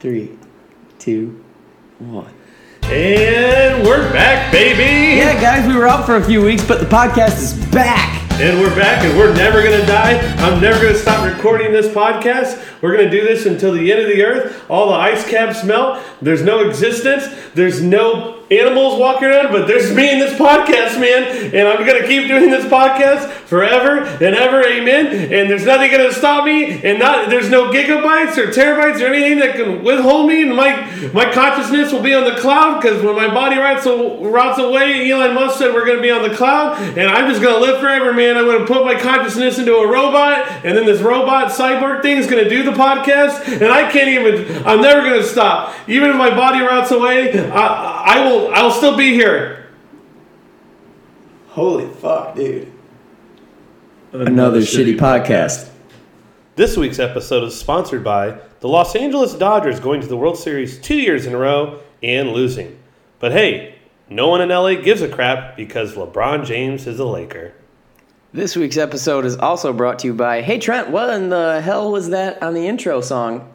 three, two, one. And we're back, baby! Yeah, guys, we were out for a few weeks, but the podcast is back. And we're back, and we're never gonna die. I'm never gonna stop recording this podcast. We're gonna do this until the end of the earth. All the ice caps melt. There's no existence. There's no animals walking around, but there's me in this podcast, man. And I'm gonna keep doing this podcast forever and ever, amen. And there's nothing gonna stop me. And not there's no gigabytes or terabytes or anything that can withhold me. And my my consciousness will be on the cloud because when my body rots, rots away, Elon Musk said we're gonna be on the cloud. And I'm just gonna live forever, man. I'm gonna put my consciousness into a robot, and then this robot cyborg thing is gonna do the podcast. And I can't even. I'm never gonna stop. Even if my body rots away, I, I will. I'll still be here. Holy fuck, dude. Another, shitty podcast. This week's episode is sponsored by the Los Angeles Dodgers going to the World Series two years in a row and losing. But hey, no one in LA gives a crap because LeBron James is a Laker. This week's episode is also brought to you by Hey Trent, what in the hell was that on the intro song?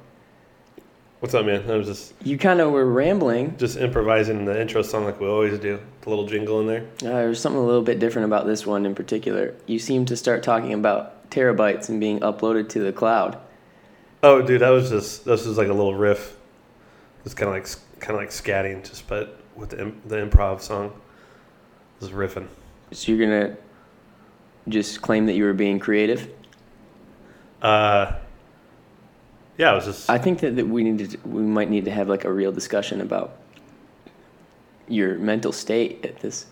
What's up, man? I was just You kind of were rambling. just improvising the intro song like we always do. The little jingle in there. Uh, there's something a little bit different about this one in particular. You seem to start talking about terabytes and being uploaded to the cloud. Oh, dude, that was just this was like a little riff. It's kind of like kind of like scatting, just but with the, im- the improv song. Just riffing. So you're going to just claim that you were being creative? Uh, yeah, it was just I think that, that we need to, we might need to have like a real discussion about your mental state at this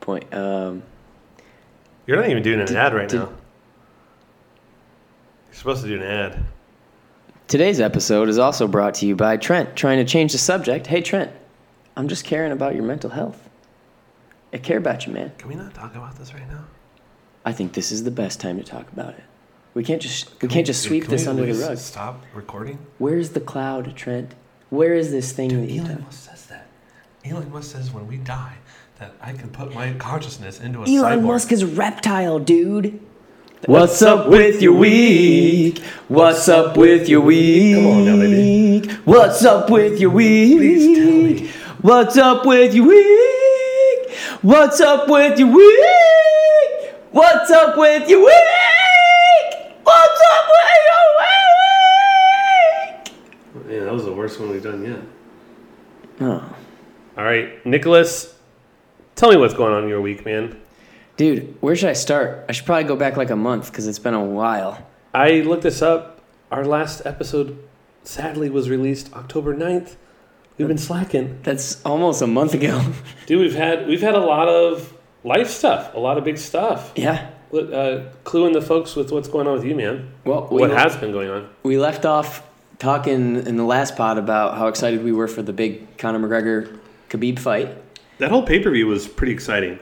point. Um, You're not even doing an Did- ad right did- now. You're supposed to do an ad. today's episode is also brought to you by Trent. Trying to change the subject. Hey Trent, I'm just caring about your mental health. I care about you, man. Can we not talk about this right now? I think this is the best time to talk about it. We can't just we can't just sweep this under the rug. Stop recording. Where's the cloud, Trent? Where is this thing that you Elon done? Musk says that. Elon Musk says when we die that I can put my consciousness into a cyborg. Elon Musk is a reptile, dude. What's up with your week? What's up with your week? Come on now, baby. What's up with your week? Please tell me. What's up with your week? What's up with your week? What's up with your week? What's up with your week? Yeah, that was the worst one we've done yet. Oh. All right, Nicholas, tell me what's going on in your week, man. Dude, where should I start? I should probably go back like a month because it's been a while. I looked this up. Our last episode, sadly, was released October 9th. We've been slacking. That's almost a month ago. Dude, we've had we've had a lot of life stuff, a lot of big stuff. yeah. What, uh, clueing the folks with what's going on with you, man. Well, we What has been going on? we left off talking in the last pod about how excited we were for the big Conor McGregor Khabib fight. That whole pay per view was pretty exciting.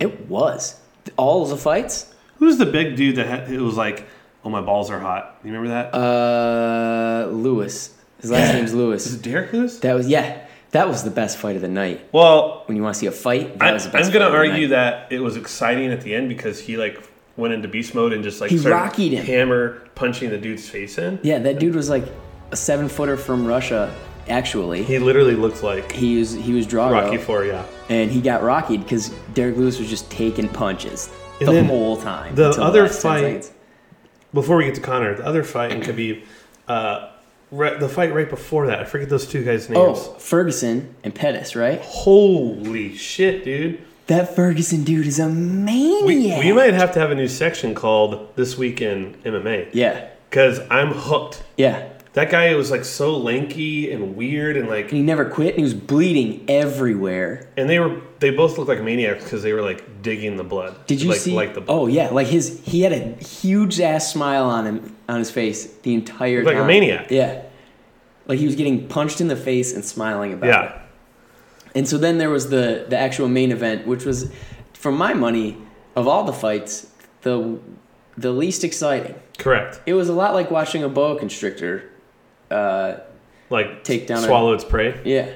It was all of the fights. Who's the big dude that had, it was like, oh my balls are hot? You remember that? Uh, Lewis. His last name's Is Lewis. it Derek Lewis? That was yeah. That was the best fight of the night. Well, When you want to see a fight, that I, was the I'm best. going to fight of the argue night. that it was exciting at the end because he like went into beast mode and just like He started rockied him. hammer punching the dude's face in. Yeah, that dude was like a seven footer from Russia. Actually, He literally looked like he was he was drawing Rocky Four, yeah. and he got rockied because Derek Lewis was just taking punches And the then whole time. the until other last 10 fight- seconds. before we get to Connor, the other fight in Khabib, uh, right, the fight right before that, I forget those two guys' Oh, names. Ferguson and Pettis, right? Holy shit, dude! That Ferguson dude is a We, maniac. we might have to have a new section called "This Week in MMA" yeah, because I'm hooked. yeah. That guy was like so lanky and weird, and like, And he never quit, and he was bleeding everywhere. and they were they both looked like maniacs because they were like digging the blood. Did you like, see? like the blood? oh yeah, like his he had a huge ass smile on him on his face the entire Like a time. maniac. Yeah, like he was getting punched in the face and smiling about it. yeah, And so then there was the the actual main event, which was, for my money, of all the fights, the the least exciting. correct. It was a lot like watching a boa constrictor. Uh, Like Take down a- swallow its prey. yeah.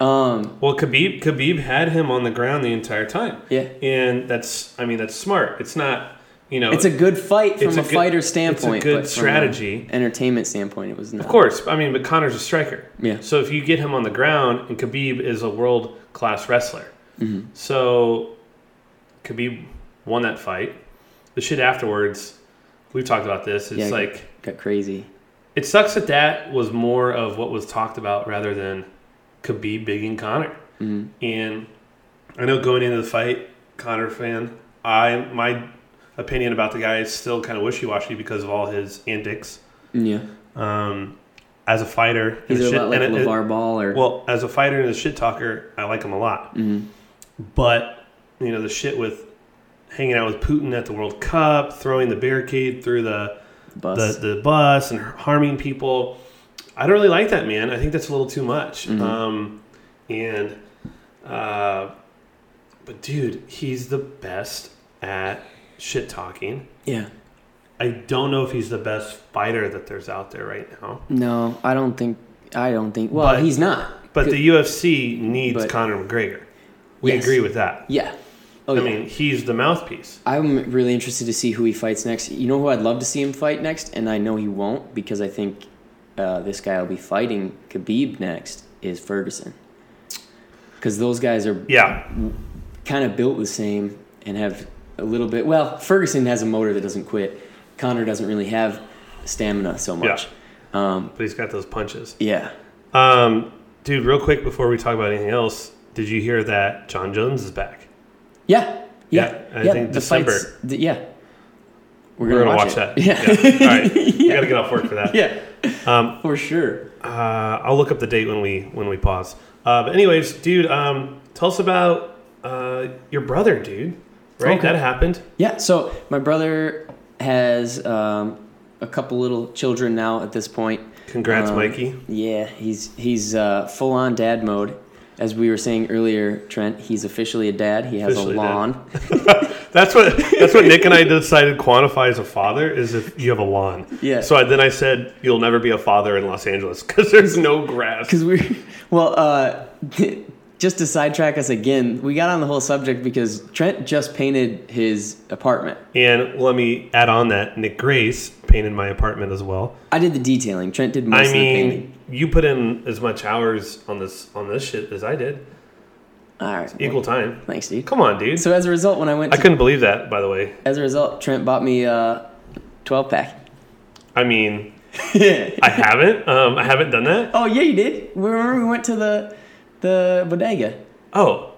Um, Well, Khabib Khabib had him on the ground the entire time. Yeah. and that's I mean that's smart. It's not you you know, It's a good fight from It's a, a good- fighter it's a standpoint. good but from strategy. an entertainment standpoint, it was not. Of course, I mean, but Connor's a striker. Yeah. So if you get him on the ground, and Khabib is a world class wrestler, Mm-hmm. so Khabib won that fight. The shit afterwards, we've talked about this. It's Yeah. like Got crazy. it sucks that that was more of what was talked about rather than Khabib bigging Connor. Mm-hmm. And I know going into the fight, Connor fan, I my opinion about the guy is still kind of wishy washy because of all his antics Yeah. um, as a fighter. and He's a a shit- lot like and it- LeVar Ball or. well, as a fighter and a shit talker, I like him a lot. mm-hmm. But you know the shit with hanging out with Putin at the World Cup, throwing the barricade through the bus. the, the bus and harming people. I don't really like that, man. I think that's a little too much. Mm-hmm. Um, and, uh, but dude, he's the best at shit talking. yeah. I don't know if he's the best fighter that there's out there right now. No, I don't think. I don't think. Well, But- he's not. But Good- the UFC needs But- Conor McGregor. We Yes. agree with that. yeah. Oh, I yeah. mean, he's the mouthpiece. I'm really interested to see who he fights next. You know who I'd love to see him fight next, and I know he won't because I think uh, this guy will be fighting Khabib next is Ferguson. Because those guys are Yeah, kind of built the same and have a little bit. Well, Ferguson has a motor that doesn't quit. Connor doesn't really have stamina so much. Um, but he's got those punches. yeah. Um, dude, real quick before we talk about anything else, did you hear that John Jones is back? Yeah. Yeah. Yeah, I think December. fights. The, yeah. We're gonna gonna watch, that. Yeah. All right. We gotta get off work for that. Yeah. Um, For sure. Uh, I'll look up the date when we when we pause. Uh, but anyways, dude, um, tell us about uh, your brother, dude. Right, Okay. that happened. Yeah, so my brother has um, a couple little children now at this point. Congrats, Um, Mikey. Yeah, he's he's uh, full on dad mode. As we were saying earlier, Trent, he's officially a dad. He has Officially a dad. lawn. That's what that's what Nick and I decided quantify as a father is if you have a lawn. Yeah. So I, then I said you'll never be a father in Los Angeles because there's no grass. Because we, well, uh, just to sidetrack us again, we got on the whole subject because Trent just painted his apartment. And let me add on that Nick Grace painted my apartment as well. I did the detailing. Trent did most I of the painting. mean, you put in as much hours on this on this shit as I did. All right, Equal time. thanks, dude. Come on, dude. So as a result, when I went, I to, couldn't believe that, by the way. as a result, Trent bought me a twelve pack. I mean, I haven't. Um, I haven't done that. Oh yeah, you did. We remember we went to the the bodega. Oh,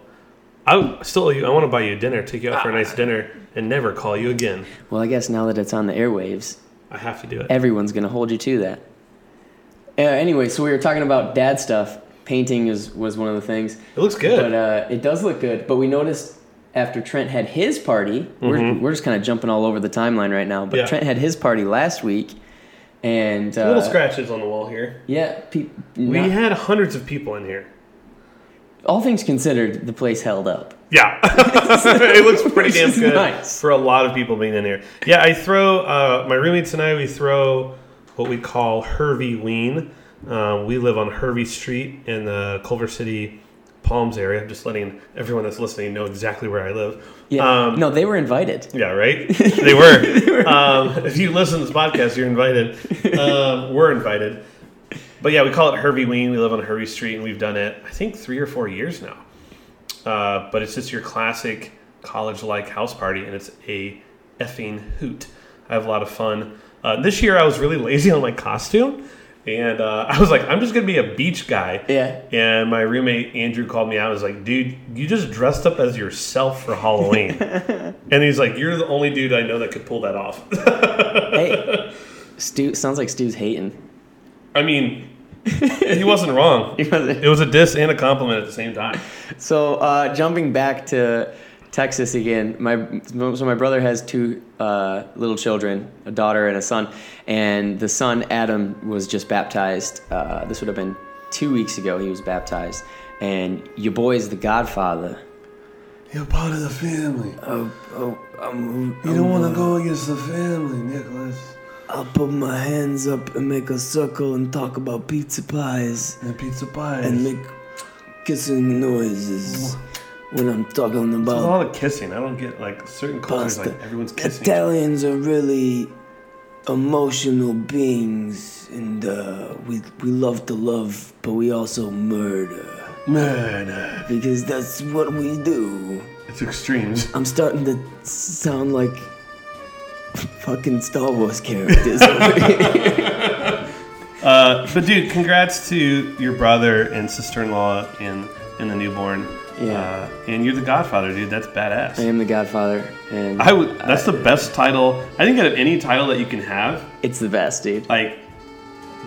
I still. owe you- I want to buy you dinner, take you out for a Ah. nice dinner, and never call you again. Well, I guess now that it's on the airwaves, I have to do it. everyone's gonna hold you to that. Uh, anyway, so we were talking about dad stuff. Painting is was one of the things, It looks but good. uh, it does look good. But we noticed after Trent had his party, we're, we're just kind of jumping all over the timeline right now. But Mm-hmm. Yeah. Trent had his party last week, and uh, Little scratches on the wall here. Yeah, peop We not- had hundreds of people in here. all things considered, the place held up. Yeah, it looks pretty damn Which is good nice. for a lot of people being in here. Yeah, I throw uh, my roommates and I we throw what we call Hervey Ween. Um, we live on Hervey Street in the Culver City Palms area. I'm just letting everyone that's listening know exactly where I live. Yeah, um, no, they were invited. yeah, right. They were. um, if you listen to this podcast, you're invited. Um, we're invited. But yeah, we call it Hervey Ween. We live on Hervey Street, and we've done it I think three or four years now. Uh, but it's just your classic college-like house party, and it's a effing hoot. I have a lot of fun. Uh, this year, I was really lazy on my costume, and uh, I was like, I'm just gonna be a beach guy. Yeah. And my roommate Andrew called me out. and was like, "Dude, you just dressed up as yourself for Halloween." And he's like, "You're the only dude I know that could pull that off." hey, Stu sounds like Stu's hating. I mean, he wasn't wrong. It was a diss and a compliment at the same time. so uh, jumping back to Texas again, my so my brother has two uh, little children, a daughter and a son, and the son Adam was just baptized. Uh, this would have been two weeks ago. He was baptized, and your boy is the Godfather. You're part of the family. Oh, oh, I'm, You don't want to go against the family, Nicholas. I'll put my hands up and make a circle and talk about pizza pies And pizza pie. make kissing noises. when I'm talking With about all the kissing, I don't get like certain cultures, pasta. like everyone's kissing. Italians are really emotional beings, and uh, we we love to love, but we also murder Man, because that's what we do. it's extremes. I'm starting to sound like fucking Star Wars characters. over here. Uh, but dude, congrats to your brother and sister-in-law and and the newborn. Yeah. Uh, and you're the godfather, dude. That's I badass. am the Godfather, and I would. That's the best title. I think out of any title that you can have, it's the best, dude. like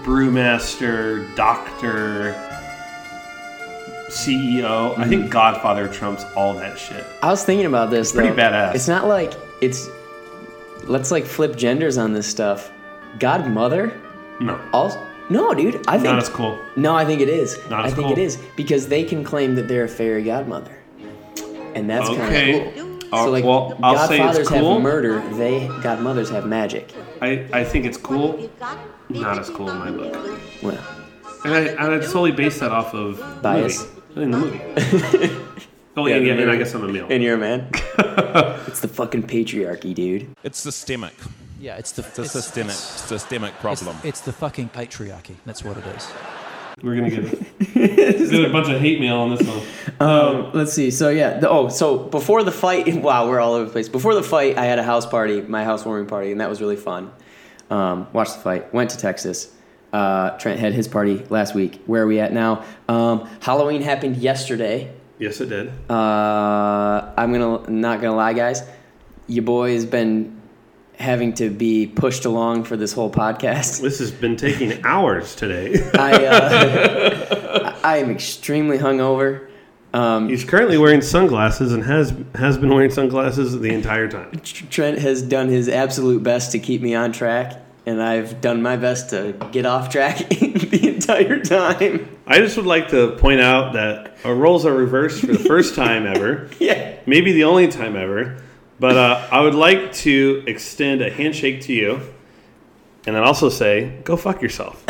brewmaster, doctor, CEO. I Mm-hmm. think Godfather trumps all that shit. I was thinking about this. pretty though. badass. It's not like it's. Let's like flip genders on this stuff. Godmother. No, Also, no, dude. I think not as cool. No, I think it is. Not I as think cool. it is because they can claim that they're a fairy godmother, and that's kind Okay. of cool. Uh, so like, well, I'll say it's godfathers cool. have murder; they godmothers have magic. I, I think it's cool. Not as cool in my book. Well, And I, and I solely base that off of Bias. Movie. In the movie. oh, yeah, and, yeah, and I guess I'm a male. and you're a man. it's the fucking patriarchy, dude. It's systemic. Yeah, it's the It's a systemic systemic problem. It's the fucking patriarchy. That's what it is. We're gonna get, get a bunch of hate mail on this one. Um, let's see. So yeah. The, oh, so before the fight, wow, we're all over the place. Before the fight, I had a house party, my housewarming party, and that was really fun. Um, watched the fight. Went to Texas. Uh, Trent had his party last week. Where are we at now? Um, Halloween happened yesterday. Yes, it did. Uh, I'm gonna not gonna lie, guys. Your boy has been having to be pushed along for this whole podcast. This has been taking hours today. I, uh, I I am extremely hungover. Um, He's currently wearing sunglasses and has has been wearing sunglasses the entire time. Trent has done his absolute best to keep me on track, and I've done my best to get off track the entire time. I just would like to point out that our roles are reversed for the first time ever, Yeah. maybe the only time ever. But uh, I would like to extend a handshake to you, and then also say, "Go fuck yourself."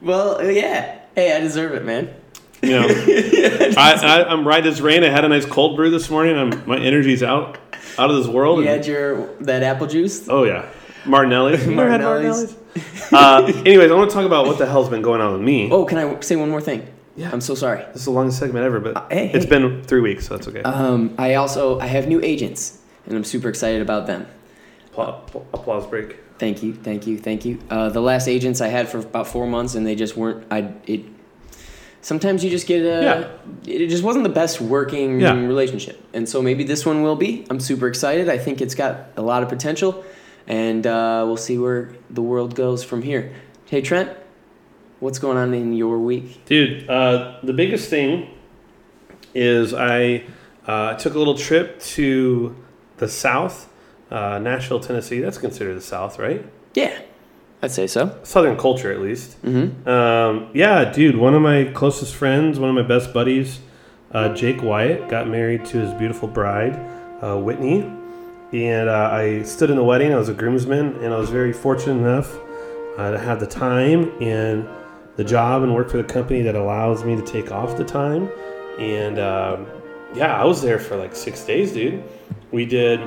Well, uh, yeah. Hey, I deserve it, man. You know, I, I, I'm right as rain. I had a nice cold brew this morning. I'm, my energy's out out of this world. You and- had your that apple juice. Oh yeah, Martinelli's. You ever had Martinelli's. Martinelli's? uh, anyways, I want to talk about what the hell's been going on with me. Oh, can I say one more thing? Yeah. I'm so sorry. This is the longest segment ever, but Uh, hey, it's hey. been three weeks, so that's okay. Um, I also I have new agents, and I'm super excited about them. Pla- pl- applause break. Thank you, thank you, thank you. Uh, the last agents I had for about four months, and they just weren't. I it. Sometimes you just get a. It just wasn't the best working Yeah. relationship, and so maybe this one will be. I'm super excited. I think it's got a lot of potential, and uh, we'll see where the world goes from here. Hey Trent, what's going on in your week? Dude, uh, the biggest thing is I uh, took a little trip to the South, uh, Nashville, Tennessee. That's considered the South, right? Yeah, I'd say so. Southern culture, at least. Mm-hmm. Um, yeah, dude, one of my closest friends, one of my best buddies, uh, Jake Wyatt, got married to his beautiful bride, uh, Whitney. And uh, I stood in the wedding, I was a groomsman, and I was very fortunate enough uh, to have the time and the job and work for the company that allows me to take off the time. And um, yeah, I was there for like six days, dude. We did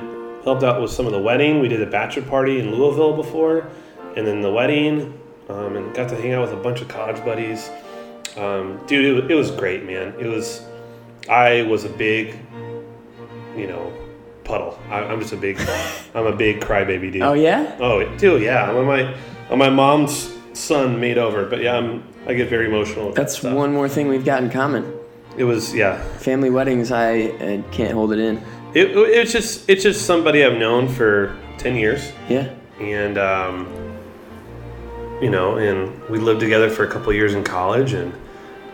helped out with some of the wedding. We did a bachelor party in Louisville before, and then the wedding, um, and got to hang out with a bunch of college buddies. Um, dude, it, wa- it was great, man. It was. I was a big, you know, puddle. I, I'm just a big. I'm a big crybaby dude. Oh yeah, Oh, it- dude, yeah. I'm on my on my mom's son made over, but yeah, I'm I get very emotional. with that that's stuff. one more thing we've got in common. It was yeah. Family weddings, I uh, can't hold it in. It, it's just it's just somebody I've known for ten years, Yeah. and um, you know, and we lived together for a couple years in college, and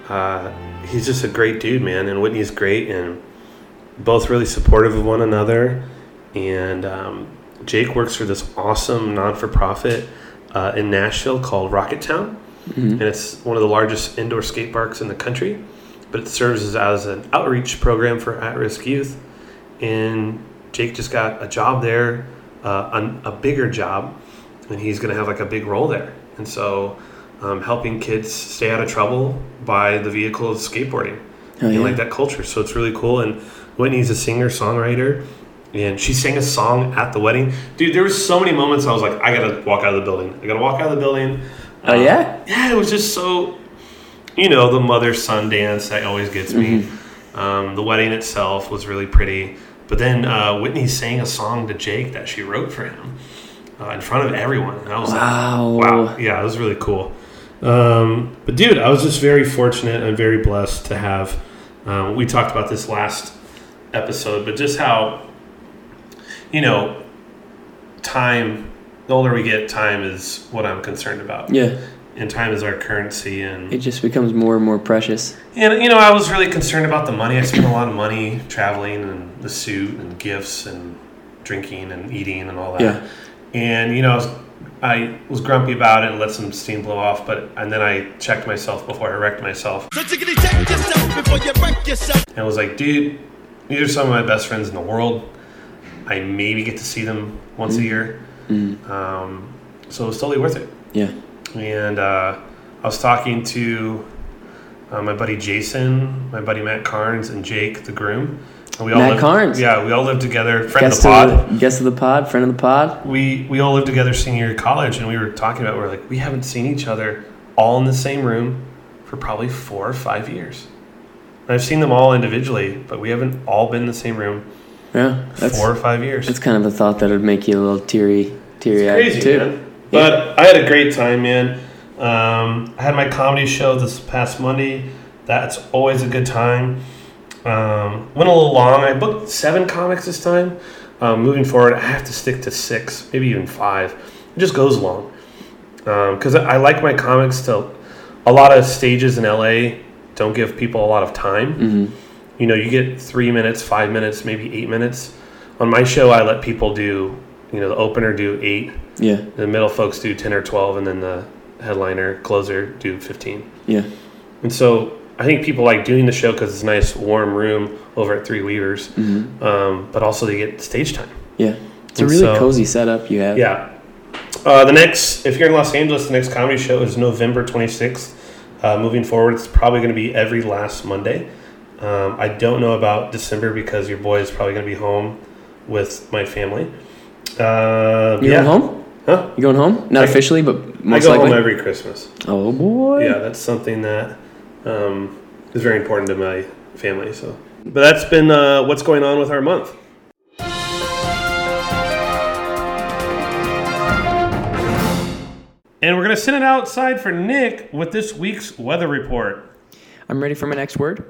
uh, he's just a great dude, man. And Whitney's great, and both really supportive of one another. And um, Jake works for this awesome non for profit uh, in Nashville called Rocket Town, Mm-hmm. and it's one of the largest indoor skate parks in the country. But it serves as an outreach program for at risk youth. And Jake just got a job there, uh, on a bigger job, and he's going to have like a big role there. And so um, helping kids stay out of trouble by the vehicle of skateboarding Oh, and yeah. like that culture. So it's really cool. And Whitney's a singer songwriter, and she sang a song at the wedding. Dude, there were so many moments I was like, I gotta walk out of the building. I gotta walk out of the building. Oh yeah. Yeah, it was just so, you know, the mother son dance that always gets me. Um, the wedding itself was really pretty. But then uh, Whitney sang a song to Jake that she wrote for him uh, in front of everyone. And I was like, Wow. Wow. Yeah, it was really cool. Um, but dude, I was just very fortunate and very blessed to have. Um, we talked about this last episode, but just how, you know, time. The older we get, time is what I'm concerned about, Yeah. and time is our currency. And It just becomes more and more precious. and you know, I was really concerned about the money. I spent a lot of money traveling and the suit and gifts and drinking and eating and all that. Yeah. And you know, I was, I was grumpy about it and let some steam blow off. But and then I checked myself before I wrecked myself. So chickity check yourself before you wreck yourself. And I was like, dude, these are some of my best friends in the world. I maybe get to see them once Mm. a year. Um, so it was totally worth it. Yeah. and uh, I was talking to uh, my buddy Jason, my buddy Matt Carnes, and Jake, the groom. And we all Matt lived, Carnes? Yeah, we all lived together, friend Guest of the pod. of the, guest of the pod, friend of the pod. We we all lived together senior year of college, and we were talking about we are like we haven't seen each other all in the same room for probably four or five years. And I've seen them all individually, but we haven't all been in the same room Yeah. That's four or five years. that's kind of a thought that would make you a little teary, teary eyed crazy, too. man. But I had a great time, man. Um, I had my comedy show this past Monday. That's always a good time. Um, went a little long. I booked seven comics this time. Um, moving forward, I have to stick to six, maybe even five. It just goes long because I I like my comics to. A lot of stages in LA don't give people a lot of time. Mm-hmm. You know, you get three minutes, five minutes, maybe eight minutes. On my show, I let people do, you know, the opener do eight, Yeah. the middle folks do 10 or 12 and then the headliner closer do 15 Yeah. and so i think people like doing the show because it's a nice warm room over at three weavers um, but also they get stage time Yeah. Mm-hmm. It's a And really so- cozy setup you have. yeah uh, the next if you're in los angeles the next comedy show is november 26th uh, moving forward it's probably going to be every last monday um, i don't know about december because your boy is probably going to be home with my family uh, You yeah. going home? Huh? You going home? Not I- officially, but i most go likely. home every christmas oh boy. yeah, that's something that um, is very important to my family. So, but that's been uh, what's going on with our month. And we're gonna send it outside for Nick with this week's weather report. I'm ready for my next word.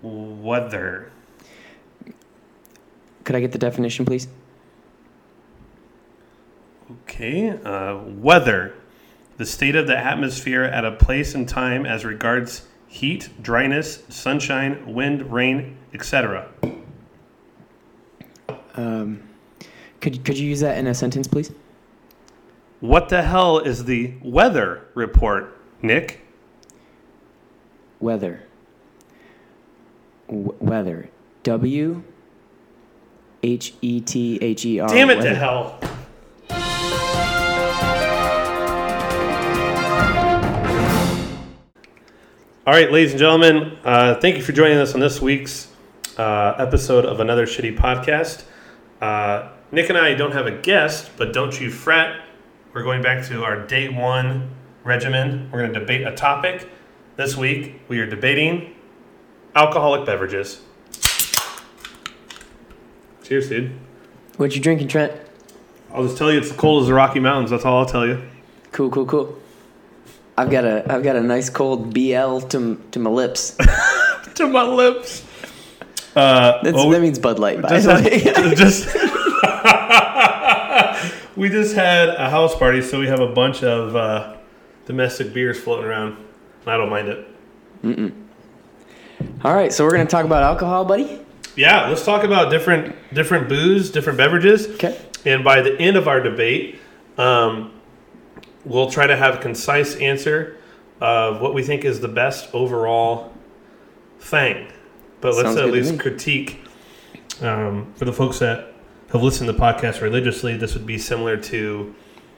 Weather. Could I get the definition, please? Okay. Uh, weather. The state of the atmosphere at a place and time as regards heat, dryness, sunshine, wind, rain, etc. Could could you use that in a sentence, please? What the hell is the weather report, Nick? Weather. W- weather. W. H E T H E R. Damn it weather. to hell. All right, ladies and gentlemen, uh, thank you for joining us on this week's uh, episode of Another Shitty Podcast. Uh, Nick and I don't have a guest, but don't you fret. We're going back to our day one regimen. We're going to debate a topic. This week, we are debating alcoholic beverages. Cheers, dude. What you drinking, Trent? I'll just tell you it's cold as the Rocky Mountains. That's all I'll tell you. Cool, cool, cool. I've got a I've got a nice cold BL to m- to my lips. To my lips. Uh, That's, oh, that means Bud Light, by just the way. had- just- we just had a house party, so we have a bunch of uh, domestic beers floating around, and I don't mind it. All right, so we're gonna talk about alcohol, buddy. Yeah, let's talk about different different booze, different beverages. Okay. And by the end of our debate, um, we'll try to have a concise answer of what we think is the best overall thing. But let's Sounds at good to least me. critique um, for the folks that have listened to the podcast religiously. This would be similar to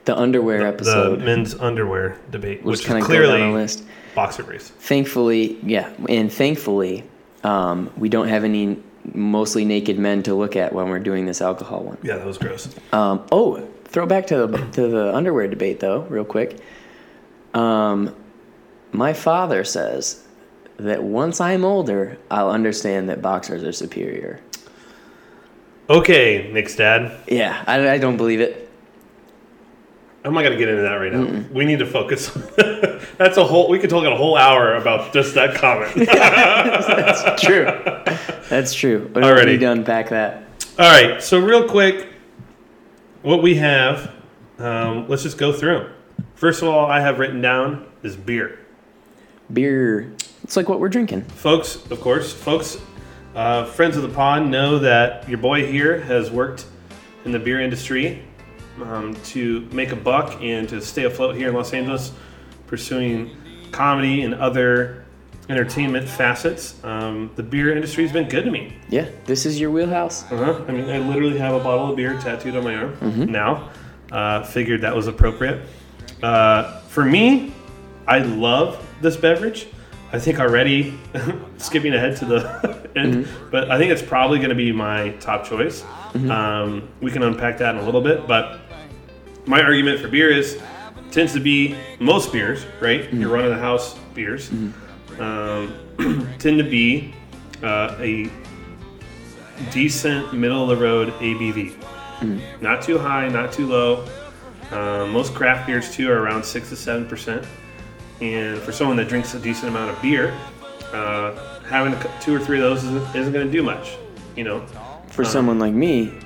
the underwear the episode men's underwear debate, was which kind is of clearly clearly on the list. boxer briefs. Thankfully, yeah, and thankfully, um, we don't have any mostly naked men to look at when we're doing this alcohol one. Yeah, that was gross. Um, oh, throw back to the to the underwear debate though, real quick. Um, my father says that once I'm older, I'll understand that boxers are superior. Okay, Nick's dad. Yeah, I, I don't believe it. I'm not gonna get into that right now. We need to focus. That's a whole. We could talk a whole hour about just that comment. True, that's true. We don't Alrighty. need to unpack that. All right. So real quick, what we have. Um, let's just go through. 'em. First of all, I have written down is beer. Beer, it's like what we're drinking. folks, of course, folks, uh, friends of the pod know that your boy here has worked in the beer industry um, to make a buck and to stay afloat here in Los Angeles, pursuing comedy and other entertainment facets. Um, the beer industry has been good to me. Yeah, this is your wheelhouse. Uh-huh. I mean, I literally have a bottle of beer tattooed on my arm now. Uh, figured that was appropriate. Uh, for me, I love this beverage. I think already, skipping ahead to the end, but I think it's probably going to be my top choice. Um, we can unpack that in a little bit, but my argument for beer is tends to be most beers, right? Your run of the house beers um, tend to be uh, a decent middle of the road ABV. Not too high, not too low. Uh, most craft beers too are around six to seven percent. And for someone that drinks a decent amount of beer, uh, having a, cou- two or three of those isn't, isn't going to do much. You know, For someone like me,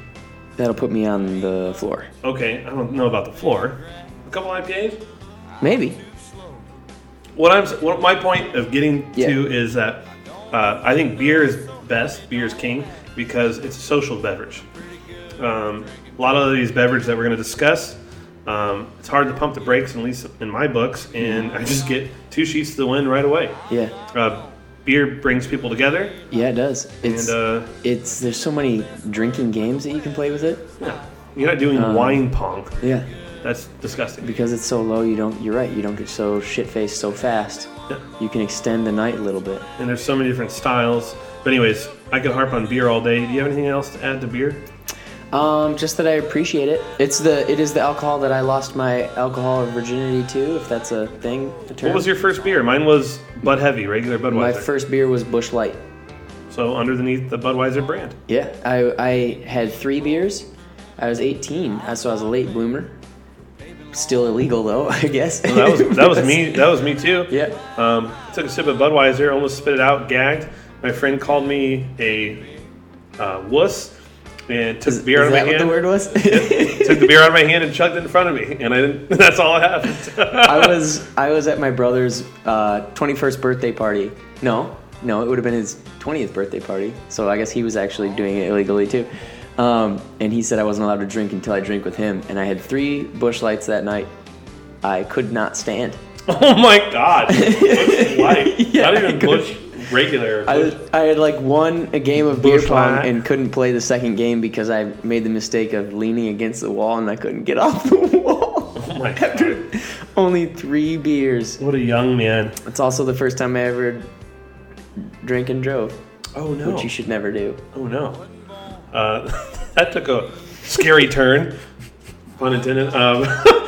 that'll put me on the floor. okay, I don't know about the floor. A couple IPAs. Maybe. What I'm, s- what my point of getting Yeah. to is that uh, I think beer is best, beer is king, because it's a social beverage. Um, a lot of these beverages that we're going to discuss, um, it's hard to pump the brakes, at least in my books, and I just get two sheets to the wind right away. Yeah, Uh, beer brings people together, yeah, it does. It's and uh, it's there's so many drinking games that you can play with it. yeah, you're not doing wine pong. Yeah, That's disgusting. because it's so low, you don't. You're right. You don't get so shit faced so fast. Yeah. You can extend the night a little bit. And there's so many different styles. But anyways, I could harp on beer all day. Do you have anything else to add to beer? Um, just that I appreciate it. It's the it is the alcohol that I lost my alcohol of virginity to, if that's a thing. A term. What was your first beer? Mine was Bud Heavy, regular Budweiser. My first beer was Bush Light. So underneath the Budweiser brand. Yeah, I I had three beers. I was 18, uh, so I was a late bloomer. Still illegal though, I guess. That was that was me. That was me too. Yeah. Um, took a sip of Budweiser, almost spit it out, gagged. My friend called me a uh, wuss and took Is, the beer is out of my that hand. what the word was? Took the beer out of my hand and chugged it in front of me, and I didn't. That's all I have. I was I was at my brother's uh, 21st birthday party. No, no, it would have been his 20th birthday party. So I guess he was actually doing it illegally too. Um, and he said I wasn't allowed to drink until I drank with him. And I had three bush lights that night. I could not stand. oh my god! Bush Light. Yeah, Not even I couldn't- Bush regular. Oh I, Busch- I had like won a game of Bush beer pong Light. and couldn't play the second game because I made the mistake of leaning against the wall and I couldn't get off the wall. oh my god! Only three beers. What a young man. It's also the first time I ever drank and drove, Oh no! which you should never do. Oh no. Uh, that took a scary turn. Pun intended. Um,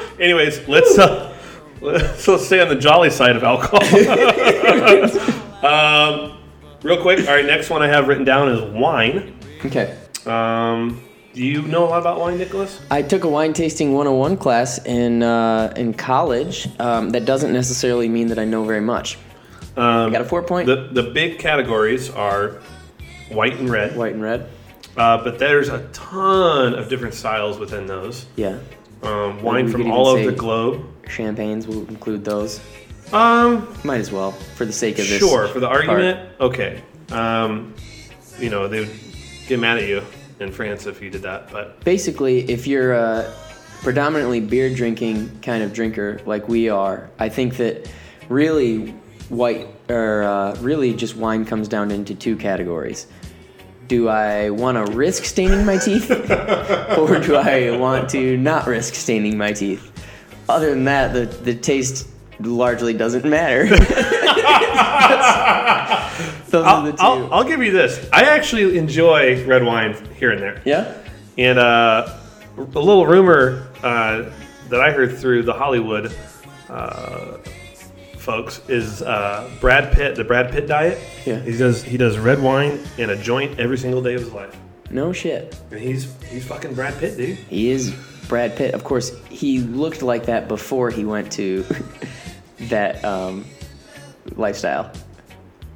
anyways, let's, uh, let's let's stay on the jolly side of alcohol. um, real quick. All right, next one I have written down is wine. Okay. Um, do you know a lot about wine, Nicholas? I took a wine tasting 101 class in uh, in college. Um, that doesn't necessarily mean that I know very much. Um, I got a four point. The the big categories are white and red, White and red. Uh, but there's a ton of different styles within those. Yeah. Um, wine we could from even all over say- the globe. Champagnes will include those. Um, Might as well for the sake of this. Sure, for the part. argument, okay. Um, you know, they would get mad at you in France if you did that, but Basically, if you're a predominantly beer drinking kind of drinker like we are, I think that really white or uh, really just wine comes down into two categories. Do I want to risk staining my teeth, or do I want to not risk staining my teeth? Other than that, the, the taste largely doesn't matter. Those are the 2 I'll, I'll give you this. I actually enjoy red wine here and there. yeah? And uh, a little rumor uh, that I heard through the Hollywood uh, folks is uh, Brad Pitt, the Brad Pitt diet. Yeah. He does he does red wine and a joint every single day of his life. No shit. And he's he's fucking Brad Pitt, dude. He is Brad Pitt. Of course, he looked like that before he went to that um, lifestyle.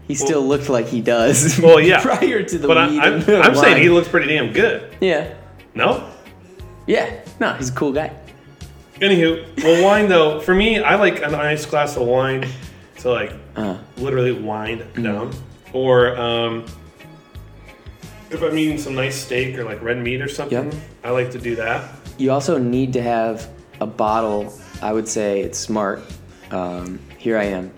He still looked like he does. Well, yeah. prior to the But I, weed I'm, and the I'm saying he wine. looks pretty damn good. Yeah. No. Yeah. No, he's a cool guy. Anywho, well, wine though for me, I like a nice glass of wine to like literally wind down, or um, if I'm eating some nice steak or like red meat or something, Yep. I like to do that. You also need to have a bottle. I would say it's smart. Um, here I am,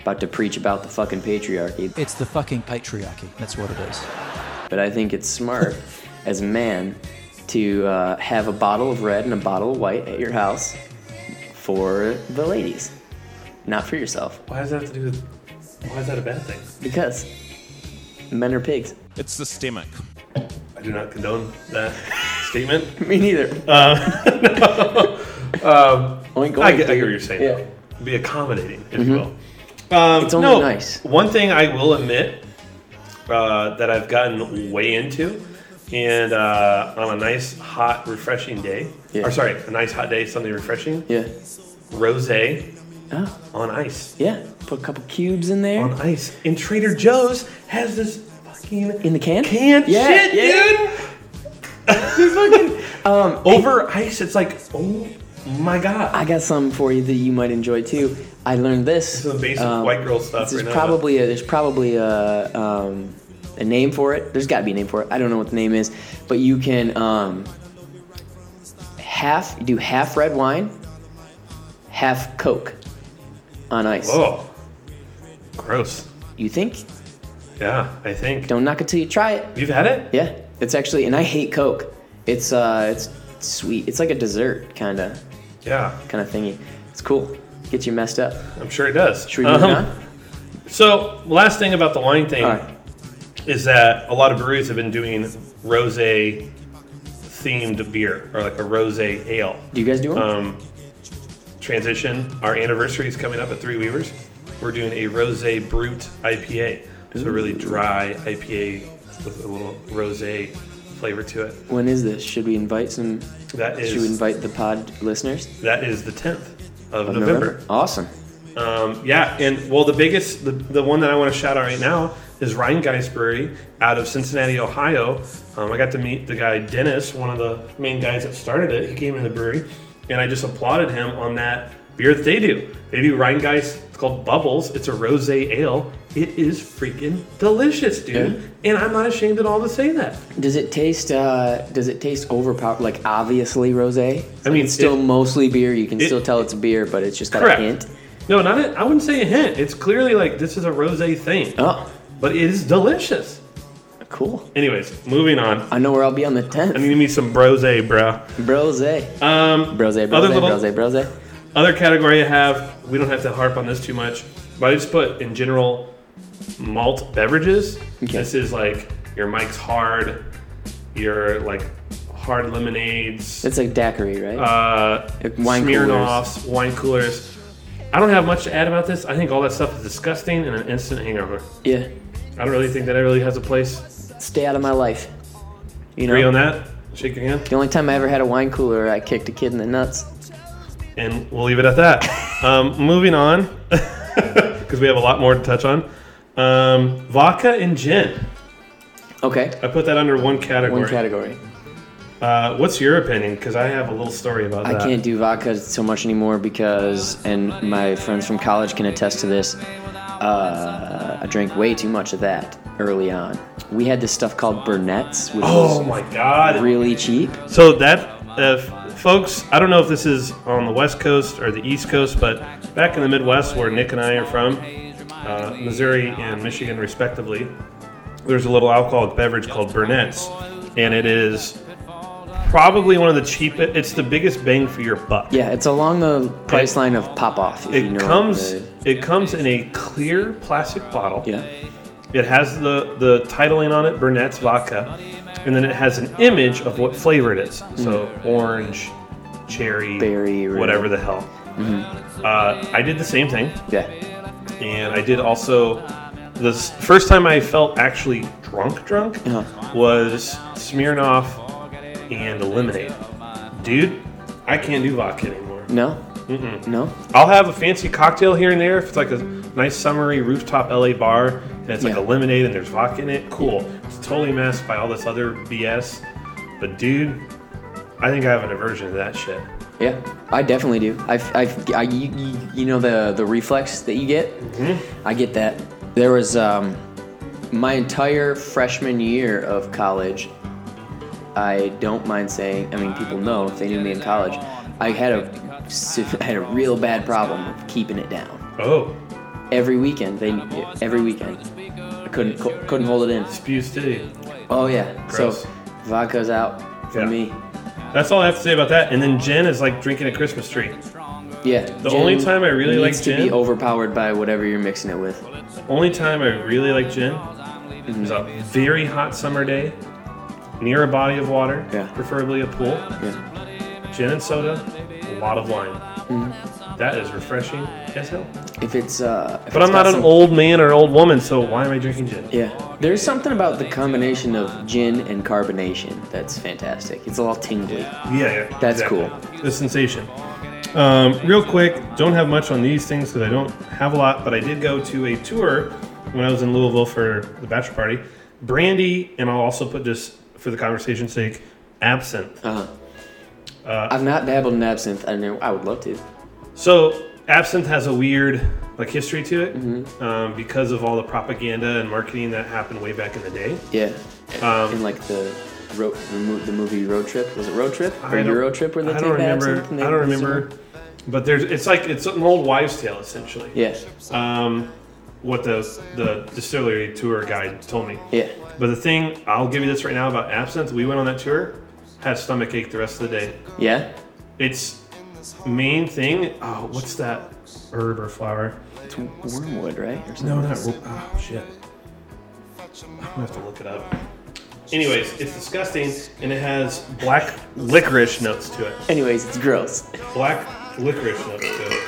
about to preach about the fucking patriarchy. It's the fucking patriarchy. That's what it is. but I think it's smart as a man to uh, have a bottle of red and a bottle of white at your house for the ladies, not for yourself, Why does that have to do with? Why is that a bad thing? because men are pigs. It's systemic. I do not condone that statement. Me neither. Oink, oink, Uh, I get, I dude. get what you're saying. Yeah. Be accommodating, if you will. Um, Mm-hmm. It's only no, nice. One thing I will admit uh, that I've gotten way into, and uh, on a nice, hot, refreshing day, Yeah. or sorry, a nice hot day, something refreshing, Yeah. rose Oh, on ice. yeah. Put a couple cubes in there. On ice. And Trader Joe's has this fucking in the can? canned Yeah, shit, yeah. dude! um, Over ice, it's like, oh my god. I got some for you that you might enjoy too. I learned this. This is the basic white girl stuff There's right now, but- Um, probably a, there's probably a um, a name for it. There's got to be a name for it. I don't know what the name is, but you can um, half do half red wine, half Coke on ice. Whoa. Oh, Gross. You think? Yeah, I think. Don't knock it till you try it. You've had it? Yeah, it's actually, and I hate Coke. It's uh, it's sweet. It's like a dessert kind of Yeah, kind of thingy. It's cool. Gets you messed up. I'm sure it does. Should we move Um, on? So, last thing about the wine thing All right. is that a lot of breweries have been doing rose themed beer or like a rose ale Do you guys do them? um, transition. Our anniversary is coming up at Three Weavers. We're doing a rose brute IPA. So, a really dry IPA with a little rose flavor to it. When is this? Should we invite some? That Should we is, invite the pod listeners? that is the 10th of, of November. Awesome. Um, yeah, and well, the biggest, the, the one that I want to shout out right now is Ryan Geis Brewery out of Cincinnati, Ohio. Um, I got to meet the guy Dennis, one of the main guys that started it. He came in the brewery, and I just applauded him on that beer that they do. They do Ryan Geis. It's called Bubbles. It's a rosé ale. It is freaking delicious, dude. And I'm not ashamed at all to say that. Does it taste? Uh, does it taste overpowered? Like obviously rosé. I mean, it's still it- mostly beer. You can it- still tell it's beer, but it's just got Correct. a hint. No, not. A, I wouldn't say a hint. It's clearly like this is a rosé thing, Oh, but it is delicious. cool. Anyways, moving on. I know where I'll be on the I need 10th. me some brose, bro. Brosé. Um, Brosé, other brosé, little- brosé, brosé. other category I have, we don't have to harp on this too much, but I just put in general malt beverages. Okay. This is like your Mike's Hard, your like hard lemonades, It's like daiquiri, right? uh, wine Smirnoffs, wine coolers. I don't have much to add about this. I think all that stuff is disgusting and an instant hangover. yeah. I don't really think that it really has a place. Stay out of my life. You know. Agree on that? Shake your hand. The only time I ever had a wine cooler, I kicked a kid in the nuts. and we'll leave it at that. Um, moving on, because we have a lot more to touch on. Um, vodka and gin. Okay. I put that under one category. One category. Uh, what's your opinion? Because I have a little story about I that. can't do vodka so much anymore because, and my friends from college can attest to this, uh, I drank way too much of that early on. We had this stuff called Burnett's, which Oh was my god! really cheap. So that, uh, f- folks, I don't know if this is on the West Coast or the East Coast, but back in the Midwest, where Nick and I are from, uh, Missouri and Michigan, respectively, there's a little alcoholic beverage called Burnett's, and it is probably one of the cheapest. It's the biggest bang for your buck. Yeah, it's along the price line of pop off. If you It know comes. the- It comes in a clear plastic bottle. yeah, It has the the titling on it, Burnett's Vodka, and then it has an image of what flavor it is. So orange, cherry, Mm-hmm. Berry, Mm-hmm. right. whatever the hell. Uh, I did the same thing, yeah, and I did also. The s- first time I felt actually drunk, drunk Uh-huh. was Smirnoff and lemonade. Dude, I can't do vodka anymore. no, no, I'll have a fancy cocktail here and there if it's like a nice summery rooftop LA bar and it's like Yeah. a lemonade and there's vodka in it. Cool. It's totally masked by all this other BS. But dude, I think I have an aversion to that shit. yeah. I definitely do. I've, I've, I, you, you- you know the the reflex that you get. Mm-hmm. I get that. There was um, my entire freshman year of college. I don't mind saying. I mean, people know if they knew me in college. I had a s- I had a real bad problem of keeping it down. Oh, Every weekend, they every weekend, I couldn't couldn't hold it in. Spew City. Oh yeah. Gross. So vodka's out for Yeah. me. That's all I have to say about that. And then gin is like drinking a Christmas tree. Yeah. The only time I really like needs to be gin- overpowered by whatever you're mixing it with. Only time I really like gin is a very hot summer day near a body of water, Yeah. preferably a pool. Yeah. Gin and soda, a lot of wine. Mm-hmm. That is refreshing as hell. If it's uh. if But it's I'm not got an some- old man or an old woman, so why am I drinking gin? Yeah. There's something about the combination of gin and carbonation that's fantastic. It's a little tingly. Yeah, yeah. That's cool. The sensation. Um, real quick, don't have much on these things because I don't have a lot, but I did go to a tour when I was in Louisville for the bachelor party. Brandy, and I'll also put just for the conversation's sake, absinthe. Uh-huh. Uh, I've not dabbled in absinthe. I know. I would love to. So absinthe has a weird like history to it um, because of all the propaganda and marketing that happened way back in the day. Yeah. Um, in like the. Road, the, mo- the movie Road Trip was it Road Trip or I don't- Euro Trip where they I take don't remember. absinthe? and they- I don't remember. But there's it's like it's an old wives' tale essentially. Yeah, Um, what the the distillery tour guide told me. yeah. But the thing I'll give you this right now about absinthe, we went on that tour, had stomach ache the rest of the day. Yeah. Its main thing, oh, what's that herb or flower? It's wormwood, right? Or something. No, not ro- oh shit. I'm gonna have to look it up. Anyways, it's disgusting and it has black licorice notes to it. Anyways, it's gross. Black licorice notes to it.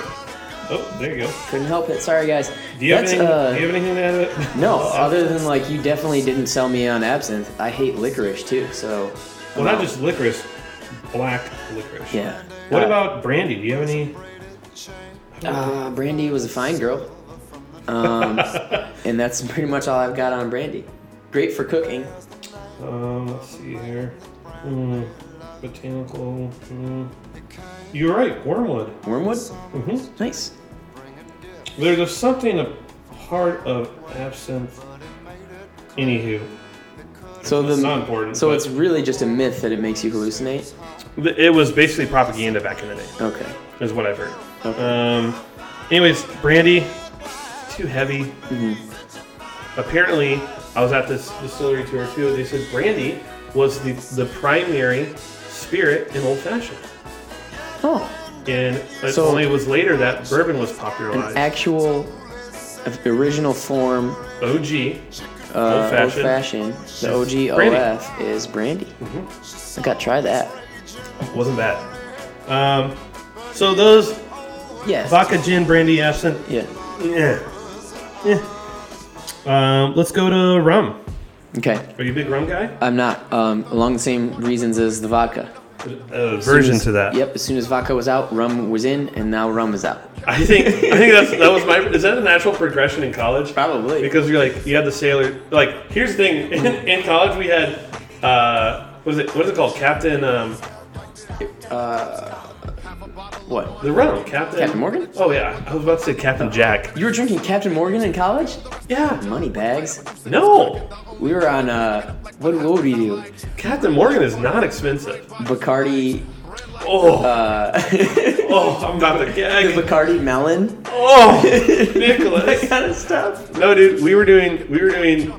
Oh, there you go. Couldn't help it. Sorry, guys. Do you have, That's, anything, uh, do you have anything to add to it? no, other than like you definitely didn't sell me on absinthe. I hate licorice too, so. Well, not just licorice, black licorice. Yeah. What Uh, about brandy? Do you have any? Uh, Brandy was a fine girl. Um, and that's pretty much all I've got on Brandy. Great for cooking. Um, let's see here. Hmm, botanical. hmm. You're right, wormwood. Wormwood? hmm Nice. There's a something a part of absinthe. Anywho, So the It's not important, So but- it's really just a myth that it makes you hallucinate. it was basically propaganda back in the day, Okay. is what I've heard. Okay. Um, anyways, brandy, too heavy. Mm-hmm. Apparently, I was at this distillery tour too. They said brandy was the the primary spirit in old fashioned, Oh, and it So- only was later that bourbon was an popularized. actual, original form OG. Uh, old Old-fashioned. fashioned. The OG Brandy. Mm-hmm. OF is brandy. I gotta try that. Wasn't bad. Um, so those Yeah. vodka, gin, brandy, absinthe. Yeah. Yeah. Yeah. Um, let's go to rum. Okay. Are you a big rum guy? I'm not. Um, along the same reasons as the vodka. Uh, As version soon as- Yep. As soon as vodka was out, rum was in, and now rum is out. I think I think that's that was my. Is that a natural progression in college? Probably. Because you're like you had the sailor. Like here's the thing. In, in college we had. Uh, what is it? What is it called? Captain. Um, What? the rum. Captain. Captain Morgan? Oh yeah. I was about to say Captain Jack. You were drinking Captain Morgan in college? Yeah. Money bags. No. We were on. Uh, what, what would we do? Captain Morgan is not expensive. Bacardi. Oh. Uh, Oh, I'm about to the gag. Bacardi melon. Oh, Nicholas. kind of stuff. No, dude, we were doing we were doing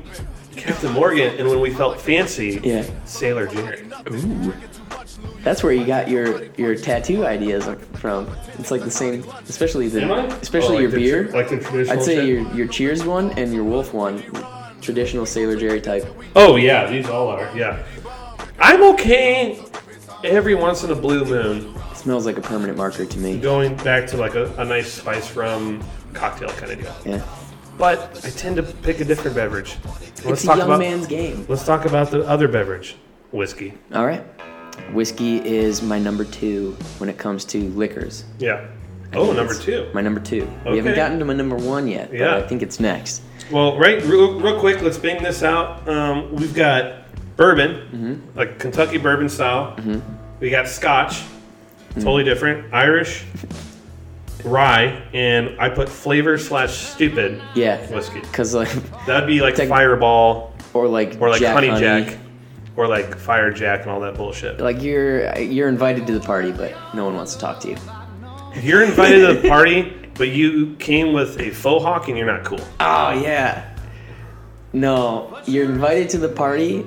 Captain Morgan, and when we felt fancy, Yeah. Sailor Jerry. That's where you got your your tattoo ideas from. It's like the same, especially Am I? the especially Oh, like your the- beer. like the traditional I'd say shit? your your Cheers one and your Wolf one, traditional Sailor Jerry type. Oh yeah, these all are. Yeah, I'm okay. Every once in a blue moon, It smells like a permanent marker to me. going back to like a, a nice spice rum cocktail kind of deal. Yeah, But I tend to pick a different beverage. Let's it's a young man's game. Let's talk about the other beverage, whiskey. All right, whiskey is my number two when it comes to liquors. Yeah. I oh, think number it's two. My number two. We haven't Okay. gotten to my number one yet, Yeah. but I think it's next. Well, right, real, real quick, let's bang this out. Um, we've got bourbon, like Kentucky bourbon style. We got Scotch, totally different. Irish, rye, and I put flavor slash stupid Yeah, whiskey. because like That'd be like Tec- Fireball or like or like Jack Honey Jack or like Fire Jack and all that bullshit. Like you're you're invited to the party, but no one wants to talk to you. If you're invited to the party, but you came with a faux hawk and you're not cool. Oh yeah. No, you're invited to the party,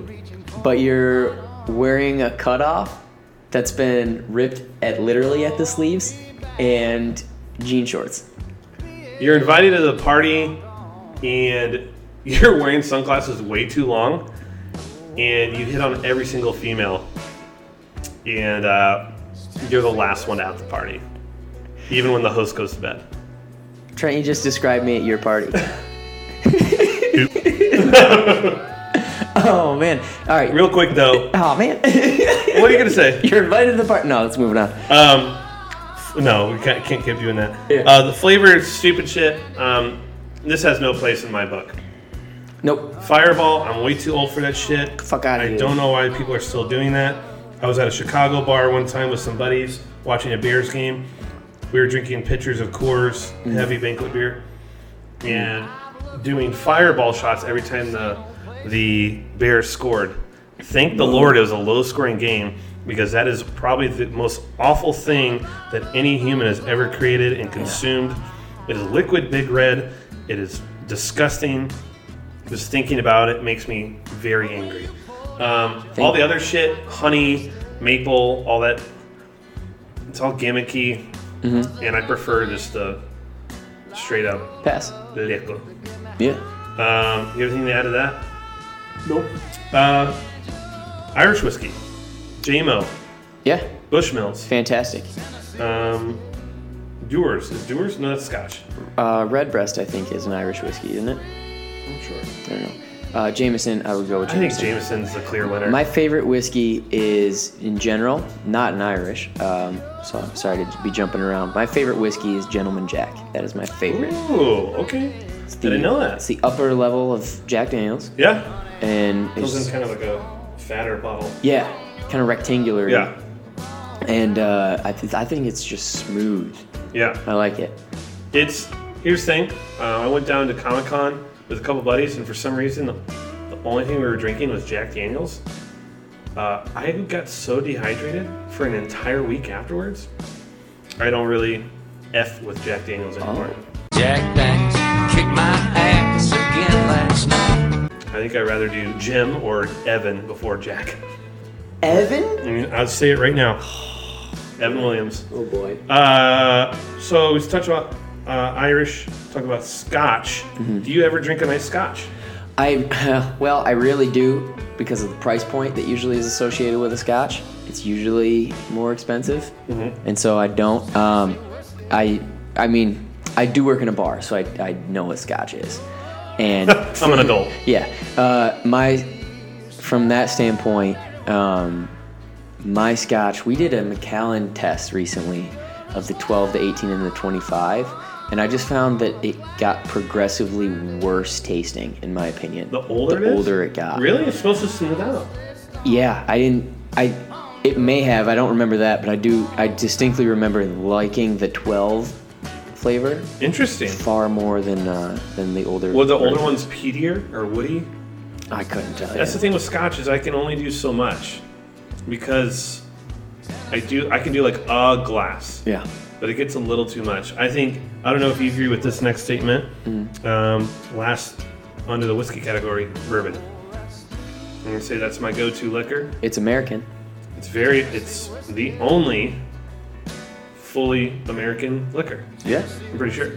but you're wearing a cutoff that's been ripped at literally at the sleeves and jean shorts. You're invited to the party and you're wearing sunglasses way too long and you hit on every single female and uh, you're the last one at the party, even when the host goes to bed. Trent, you just described me at your party. oh man. All right. Real quick though, Oh man. what are you gonna say? you're invited to the party. No, let's move on. Um, no, we can't, can't keep doing that. Yeah. Uh, the flavor is stupid shit. Um, this has no place in my book. Nope. Fireball, I'm way too old for that shit. Fuck outta I here. don't know why people are still doing that. I was at a Chicago bar one time with some buddies watching a Bears game. We were drinking pitchers of Coors, Mm. heavy banquet beer, and doing fireball shots every time the the Bears scored. Thank the Lord it was a low scoring game because that is probably the most awful thing that any human has ever created and consumed. It is liquid big red. It is disgusting. Just thinking about it makes me very angry. Um, all the other shit, honey, maple, all that, it's all gimmicky, Mm-hmm. and I prefer just the straight up Pass. liquor. Yeah. Um, you have anything to add to that? Nope. Uh, Irish whiskey, JMO, Yeah. Bushmills, Fantastic. um, Dewar's. Is Dewar's? No, that's Scotch. Uh, Redbreast, I think, is an Irish whiskey, isn't it? I'm sure. I don't know. Uh, Jameson, I would go with I think Jameson. Jameson's the clear winner. My favorite whiskey is, in general, not an Irish. Um, so I'm sorry to be jumping around. My favorite whiskey is Gentleman Jack. That is my favorite. Ooh, okay. It's the- Didn't know It's that. the upper level of Jack Daniels, Yeah. and Those it's in kind of like a fatter bottle. yeah, kind of rectangular. Yeah, And uh, I, th- I think it's just smooth. yeah. I like it. It's here's the thing. Uh, I went down to Comic Con with a couple buddies, and for some reason, the, the only thing we were drinking was Jack Daniels. Uh, I got so dehydrated for an entire week afterwards. I don't really f with Jack Daniels anymore. Jack Daniels kicked my ass again last night. I think I'd rather do Jim or Evan before Jack. I Evan. mean, I'll say it right now. Evan Williams. Oh boy. Uh, so we talked about uh, Irish. Talk about Scotch. Do you ever drink a nice Scotch? I well, I really do because of the price point that usually is associated with a Scotch. It's usually more expensive, and so I don't. Um, I I mean, I do work in a bar, so I I know what Scotch is, and I'm an adult. yeah, uh, my from that standpoint, um, my Scotch. We did a McAllen test recently of the 12, the 18, and the 25. And I just found that it got progressively worse tasting, in my opinion. The older the it is? older it got. Really? It's supposed to smooth out. Yeah, I didn't. I it may have. I don't remember that, but I do. I distinctly remember liking the 12 flavor Interesting. far more than uh, than the older. Well, the older version. one's peatier or woody. I couldn't tell That's you. the thing with Scotch is I can only do so much because I do I can do like a glass, yeah. but it gets a little too much. I think I don't know if you agree with this next statement. Um, last under the whiskey category, bourbon. I'm gonna say that's my go-to liquor. It's American. It's It's very. It's the only fully American liquor. Yeah. I'm pretty sure.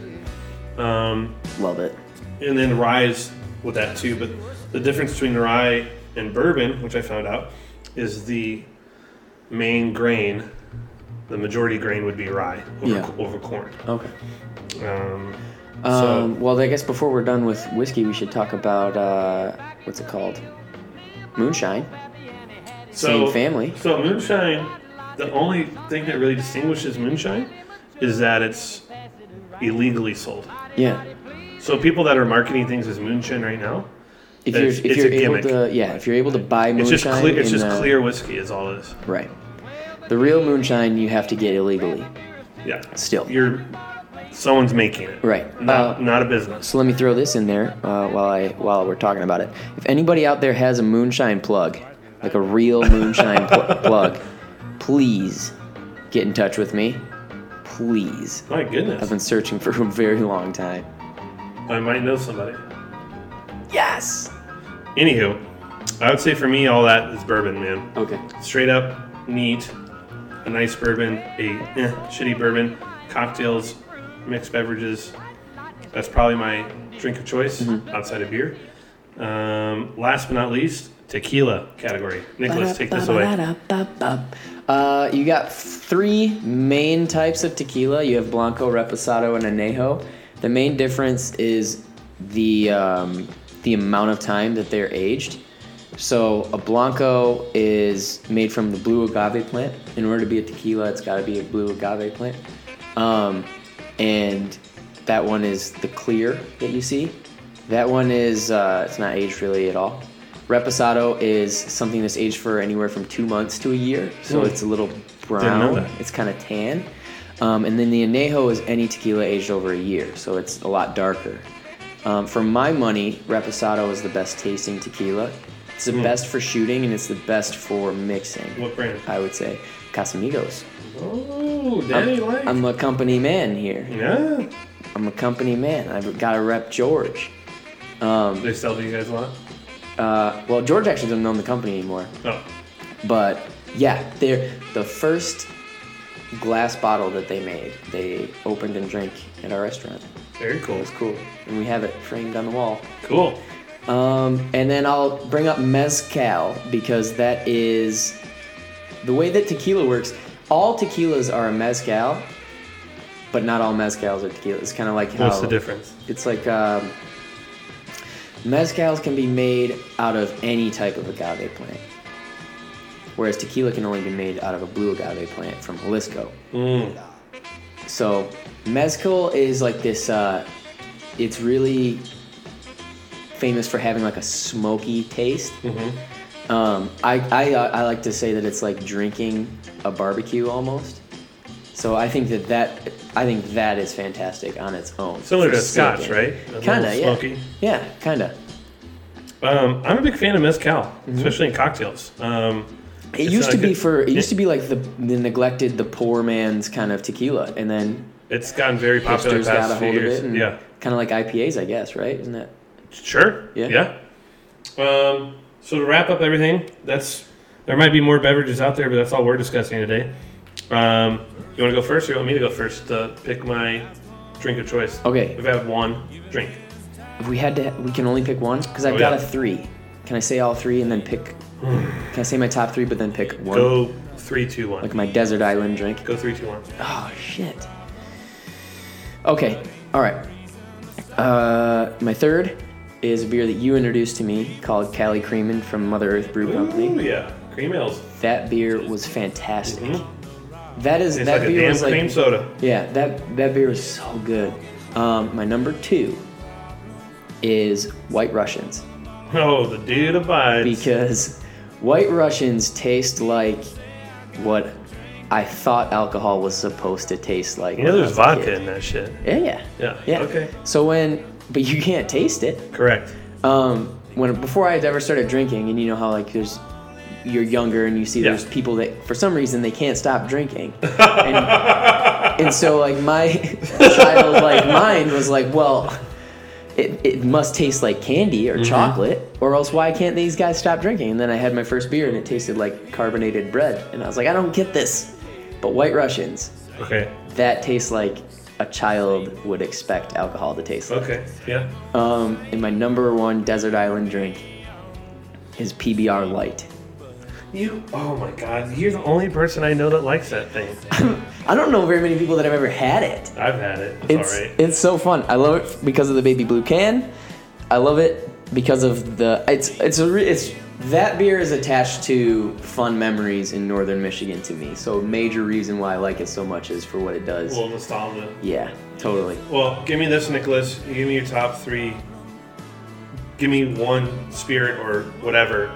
Um, Love it. and then rye is with that too. But the difference between rye and bourbon, which I found out, is the main grain. The majority grain would be rye over, Yeah. over corn. Okay. Um, so Um, well, I guess before we're done with whiskey, we should talk about uh, what's it called? Moonshine. so, same family. So moonshine, the only thing that really distinguishes moonshine is that it's illegally sold. Yeah. So people that are marketing things as moonshine right now, If It's- you're if it's a you're able gimmick. to yeah if you're able to buy it's moonshine just clear. It's in just the- clear whiskey is all it is. right. The real moonshine you have to get illegally. Yeah. Still. You're someone's making it. Right. Not Uh, not a business. So let me throw this in there uh, while I while we're talking about it. If anybody out there has a moonshine plug, like a real moonshine pl- plug, please get in touch with me. Please. My I've goodness. been searching for a very long time. I might know somebody. Yes. Anywho, I would say for me all that is bourbon, man. Okay. Straight up, neat, a nice bourbon, a eh, shitty bourbon, cocktails, mixed beverages. That's probably my drink of choice Mm-hmm. outside of beer. Um, last but not least, tequila category. Nicholas, take this away. Uh, you got three main types of tequila. You have Blanco, Reposado, and Añejo. The main difference is the um, the amount of time that they're aged. So a Blanco is made from the blue agave plant. In order to be a tequila, it's got to be a blue agave plant. Um, and that one is the clear that you see. That one is uh, it's not aged really at all. Reposado is something that's aged for anywhere from two months to a year, so it's a little know brown. that. It's kind of tan. Um, and then the añejo is any tequila aged over a year, so it's a lot darker. Um, for my money, Reposado is the best tasting tequila. It's the best for shooting and it's the best for mixing. Mm. What brand? I would say Casamigos. Oh, Danny Lake. I'm a company man here. yeah. I'm a company man. I've got to rep George. They sell to you guys a lot? Uh, well, George actually doesn't own the company anymore. No. But yeah, they're the first glass bottle that they made. They opened and drank at our restaurant. Very cool. It's cool, and we have it framed on the wall. Cool. Um, and then I'll bring up mezcal because that is the way that tequila works. All tequilas are a mezcal, but not all mezcals are tequila. It's kind of like What's how, the difference? It's like um, mezcals can be made out of any type of agave plant, whereas tequila can only be made out of a blue agave plant from Jalisco. Mm. So mezcal is like this. Uh, it's really famous for having like a smoky taste. Mm-hmm. Um, I, I I like to say that it's like drinking a barbecue almost. So I think that that I think that is fantastic on its own. Similar to For Scotch, sipping. right? A little Kinda, yeah. smoky. Yeah, kinda. Um, I'm a big fan of mezcal, especially in cocktails. Um, Mm-hmm. It It's used not to be good. for it It- used to be like the, the neglected, the poor man's kind of tequila, and then it's gotten very popular hipsters the got a past few hold of years. it, and yeah, kind of like IPAs, I guess, right? Isn't that sure. Yeah. Yeah. Um, so to wrap up everything, that's there might be more beverages out there, but that's all we're discussing today. Um, you want to go first, or you want me to go first to pick my drink of choice? Okay. If I have one drink, if we had to, we can only pick one because I've Oh, got yeah. a three. Can I say all three and then pick? can I say my top three, but then pick one? go three, two, one. Like my desert island drink. Go three, two, one. Oh shit. Okay. All right. Uh, my third is a beer that you introduced to me called Cali Creamin' from Mother Earth Brew Company. Ooh, yeah, cream ales. That beer was fantastic. That is Mm-hmm. It's that like a beer damn was like cream soda. yeah that that beer was so good. Um, my number two is White Russians Oh, the dude abides. because White Russians taste like what I thought alcohol was supposed to taste like. Yeah, when I there's was a kid. vodka in that shit. Yeah, yeah, Yeah. yeah. Okay. So when but you can't taste it. Correct. um, when before I had ever started drinking, and you know how like there's you're younger and you see Yeah. there's people that for some reason they can't stop drinking, and, and so like my childlike mind was like, well, it, it must taste like candy or chocolate, or else why can't these guys stop drinking? And then I had my first beer and it tasted like carbonated bread. And I was like, I don't get this. But White Russians, Okay. that tastes like a child would expect alcohol to taste like. Okay. Yeah. Um, and my number one desert island drink is PBR Light. You. Oh my God. You're the only person I know that likes that thing. I don't know very many people that have ever had it. I've had it. It's, It's all right. it's so fun. I love it because of the baby blue can. I love it because of the it's it's a re, it's that beer is attached to fun memories in northern Michigan to me. So a major reason why I like it so much is for what it does. well, nostalgia. yeah, totally. Well, give me this, Nicholas. Give me your top three. Give me one spirit or whatever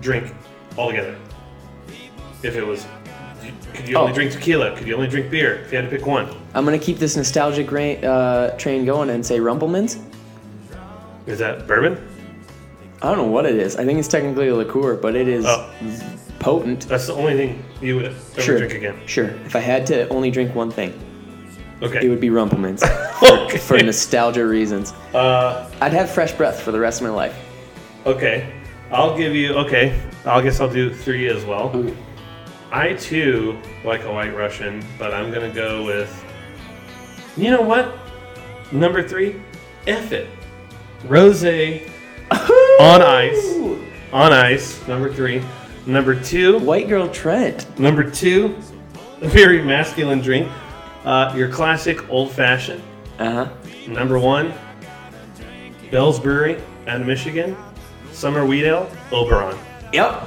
drink altogether. If it was, could you only Oh. drink tequila? Could you only drink beer? If you had to pick one, I'm gonna keep this nostalgic ra- uh, train going and say Rumplemans. is that bourbon? I don't know what it is. I think it's technically a liqueur, but it is Oh, potent. that's the only thing you would ever Sure. drink again. Sure. If I had to only drink one thing, Okay. it would be Rumplemans okay. for nostalgia reasons. uh, I'd have fresh breath for the rest of my life. okay. I'll give you. Okay. I guess I'll do three as well. I too like a White Russian, but I'm gonna go with. You know what? Number three, F it. Rose on ice. On ice, number three. Number two, White girl Trent. number two, a very masculine drink. Uh, your classic old fashioned. Uh huh. Number one, Bell's Brewery out of Michigan, Summer Wheat Ale, Oberon. Yep.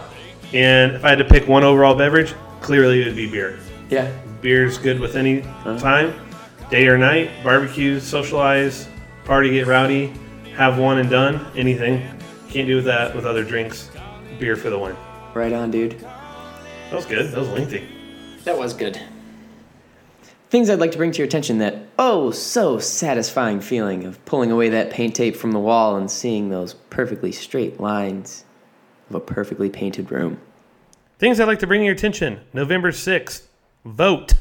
And if I had to pick one overall beverage, clearly it would be beer. Yeah. Beer's good with any time, day or night, barbecue, socialize, party, get rowdy, have one and done, anything. Can't do that with other drinks. Beer for the win. Right on, dude. That was good. That was lengthy. That was good. Things I'd like to bring to your attention that oh so satisfying feeling of pulling away that paint tape from the wall and seeing those perfectly straight lines of a perfectly painted room. Things I'd like to bring to your attention November 6th, vote.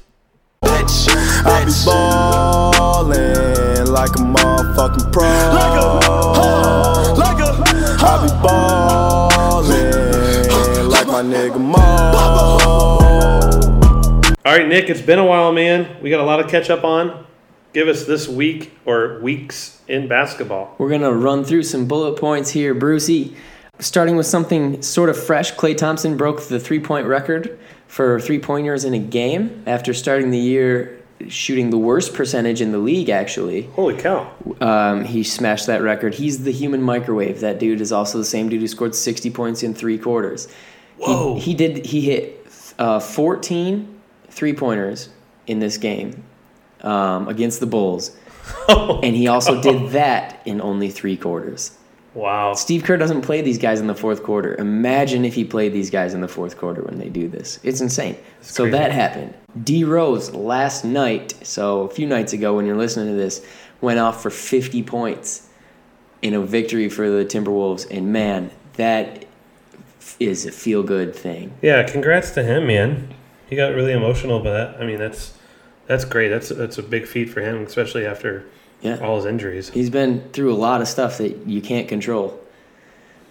I be ballin' like a motherfucking pro. Like a, like a, I be ballin' like my nigga Mo. All right, Nick, it's been a while, man. We got a lot of catch up on. Give us this week or weeks in basketball. We're gonna run through some bullet points here, Brucey. Starting with something sort of fresh, Clay Thompson broke the three-point record for three-pointers in a game after starting the year shooting the worst percentage in the league. Actually, Holy cow. Um, he smashed that record. He's the human microwave. That dude is also the same dude who scored 60 points in three quarters. Whoa. He, he did. He hit uh, 14 three pointers in this game um, against the Bulls, and he also did that in only three quarters. Wow. Steve Kerr doesn't play these guys in the fourth quarter. Imagine if he played these guys in the fourth quarter when they do this. It's insane. so crazy. that happened. D Rose last night, so a few nights ago when you're listening to this, went off for 50 points in a victory for the Timberwolves. And man, that is a feel good thing. Yeah, congrats to him, man. He got really emotional, but I mean, that's that's great. That's that's a big feat for him, especially after Yeah. all his injuries. He's been through a lot of stuff that you can't control.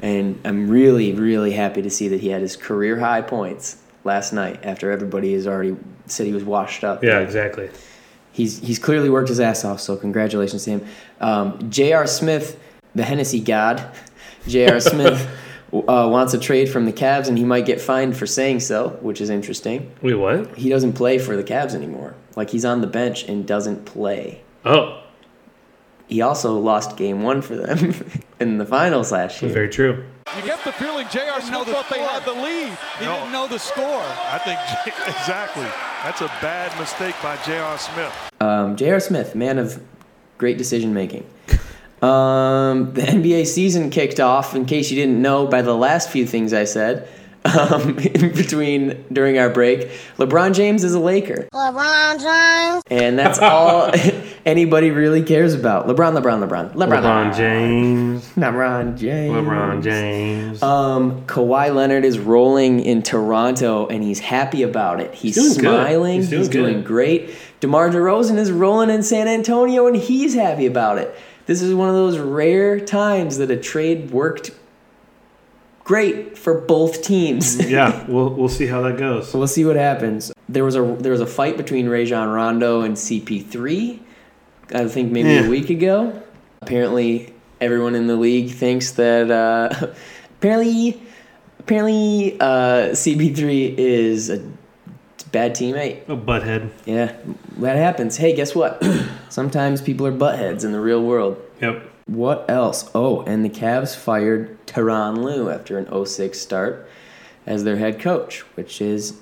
And I'm really, really happy to see that he had his career high points last night after everybody has already said he was washed up. Yeah, exactly. He's, he's clearly worked his ass off, so congratulations to him. Um, J.R. Smith, the Hennessy god, J.R. Smith uh, wants a trade from the Cavs, and he might get fined for saying so, which is interesting. Wait, what? He doesn't play for the Cavs anymore. Like, he's on the bench and doesn't play Oh, he also lost game one for them in the finals last year. very true. You get the feeling J.R. Smith thought they had the lead. He didn't know the score. I think exactly. That's a bad mistake by J.R. Smith. Um, J.R. Smith, man of great decision making. Um, the NBA season kicked off, in case you didn't know, by the last few things I said um, in between during our break. LeBron James is a Laker. LeBron James. And that's all anybody really cares about. LeBron, LeBron, LeBron. LeBron, LeBron James. LeBron James. LeBron James. Um, Kawhi Leonard is rolling in Toronto, and he's happy about it. He's, doing good. smiling. He's He's doing doing, good. great. DeMar DeRozan is rolling in San Antonio, and he's happy about it. This is one of those rare times that a trade worked great for both teams. Yeah, we'll we'll see how that goes. Oh, We'll see what happens. There was a there was a fight between Rajon Rondo and CP3. I think maybe Yeah. a week ago. Apparently, everyone in the league thinks that uh, apparently apparently uh, CP3 is a bad teammate. A butthead. Yeah, that happens. Hey, guess what? Sometimes people are buttheads in the real world. Yep. What else? Oh, and the Cavs fired Teron Liu after an 06 start as their head coach, which is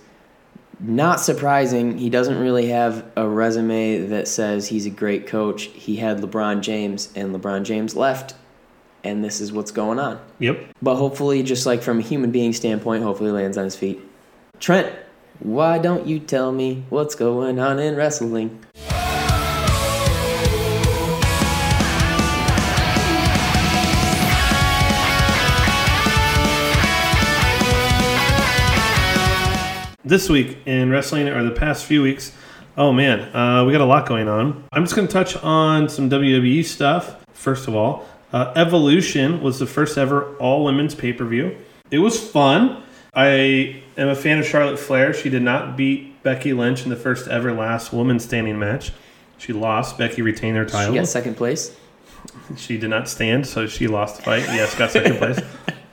not surprising. He doesn't really have a resume that says he's a great coach. He had LeBron James, and LeBron James left, and this is what's going on. Yep. But hopefully, just like from a human being standpoint, hopefully lands on his feet. Trent, why don't you tell me what's going on in wrestling? This week in wrestling, or the past few weeks, oh man, uh, we got a lot going on. I'm just going to touch on some WWE stuff. First of all, uh, Evolution was the first ever all women's pay per view. It was fun. I am a fan of Charlotte Flair. She did not beat Becky Lynch in the first ever last woman standing match. She lost. Becky retained her You title. got second place? She did not stand, so she lost the fight. Yes, got second place.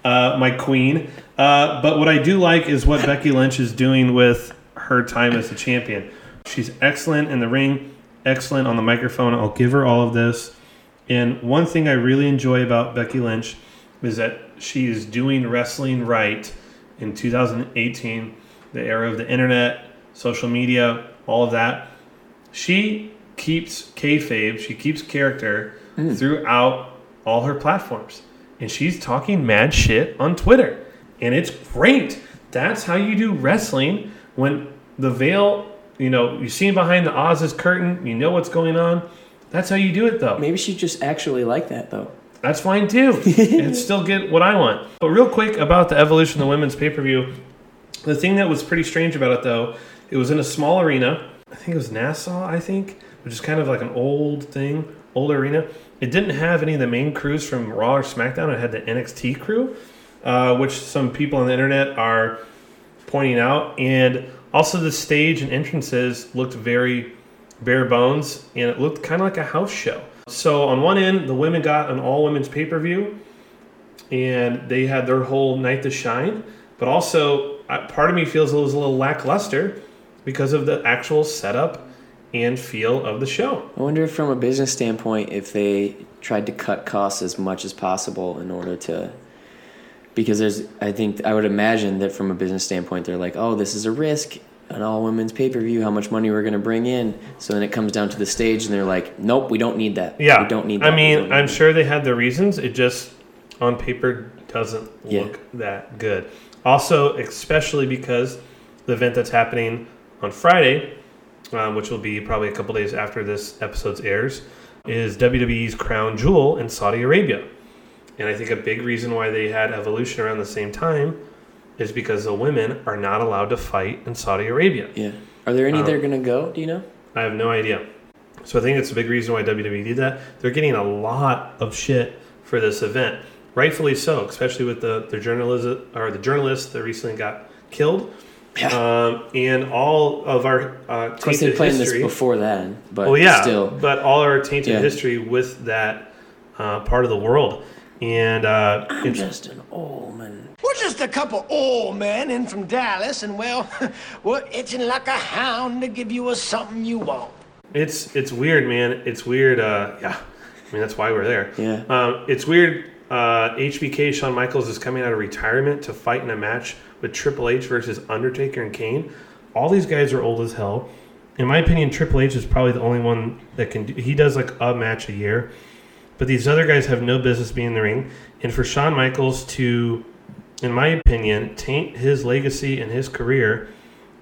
Uh, my queen. Uh, but what I do like is what Becky Lynch is doing with her time as the champion. She's excellent in the ring, excellent on the microphone. I'll give her all of this. And one thing I really enjoy about Becky Lynch is that she is doing wrestling right in 2018, the era of the internet, social media, all of that she keeps kayfabe, she keeps character throughout all her platforms, and she's talking mad shit on Twitter, and it's great. That's how you do wrestling when the veil, you know, you see behind the Oz's curtain, you know what's going on. That's how you do it, though. Maybe she just actually liked that though. That's fine too. and still get what I want. But real quick about the evolution of the women's pay per view. The thing that was pretty strange about it though, it was in a small arena. I think it was Nassau, I think, which is kind of like an old thing, old arena. It didn't have any of the main crews from Raw or SmackDown. It had the NXT crew, uh, which some people on the internet are pointing out. And also the stage and entrances looked very bare bones, and it looked kind of like a house show. So on one end, the women got an all women's pay per view, and they had their whole night to shine. But also, I- part of me feels it was a little lackluster because of the actual setup and feel of the show. I wonder if from a business standpoint if they tried to cut costs as much as possible in order to because there's I think I would imagine that from a business standpoint they're like, "Oh, this is a risk." An all women's pay per view, how much money we're going to bring in. So then it comes down to the stage, and they're like, nope, we don't need that. Yeah, We don't need that. I We don't mean, need I'm that." sure they had their reasons. It just on paper doesn't Yeah. look that good. Also, especially because the event that's happening on Friday, um, which will be probably a couple days after this episode's airs, is WWE's Crown Jewel in Saudi Arabia. And I think a big reason why they had Evolution around the same time is because the women are not allowed to fight in Saudi Arabia. Yeah. Are there any that are going to go? Do you know? Uh, I have no idea. So I think it's a big reason why WWE did that. They're getting a lot of shit for this event, rightfully so, especially with the the journalism or the journalist that recently got killed, um, and all of our uh, Of course, they tainted planned history. this before then, but Well, yeah, still. but all our tainted Yeah. history with that uh, part of the world, and uh, it's, Just an old man. We're just a couple old men in from Dallas, and well, we're itching like a hound to give you a something you want. It's it's weird, man. It's weird. Uh, yeah, I mean that's why we're there. Yeah. Um, it's weird. Uh, HBK Shawn Michaels is coming out of retirement to fight in a match with Triple H versus Undertaker and Kane. All these guys are old as hell. In my opinion, Triple H is probably the only one that can. Do, he does like a match a year, but these other guys have no business being in the ring. And for Shawn Michaels to, in my opinion, taint his legacy and his career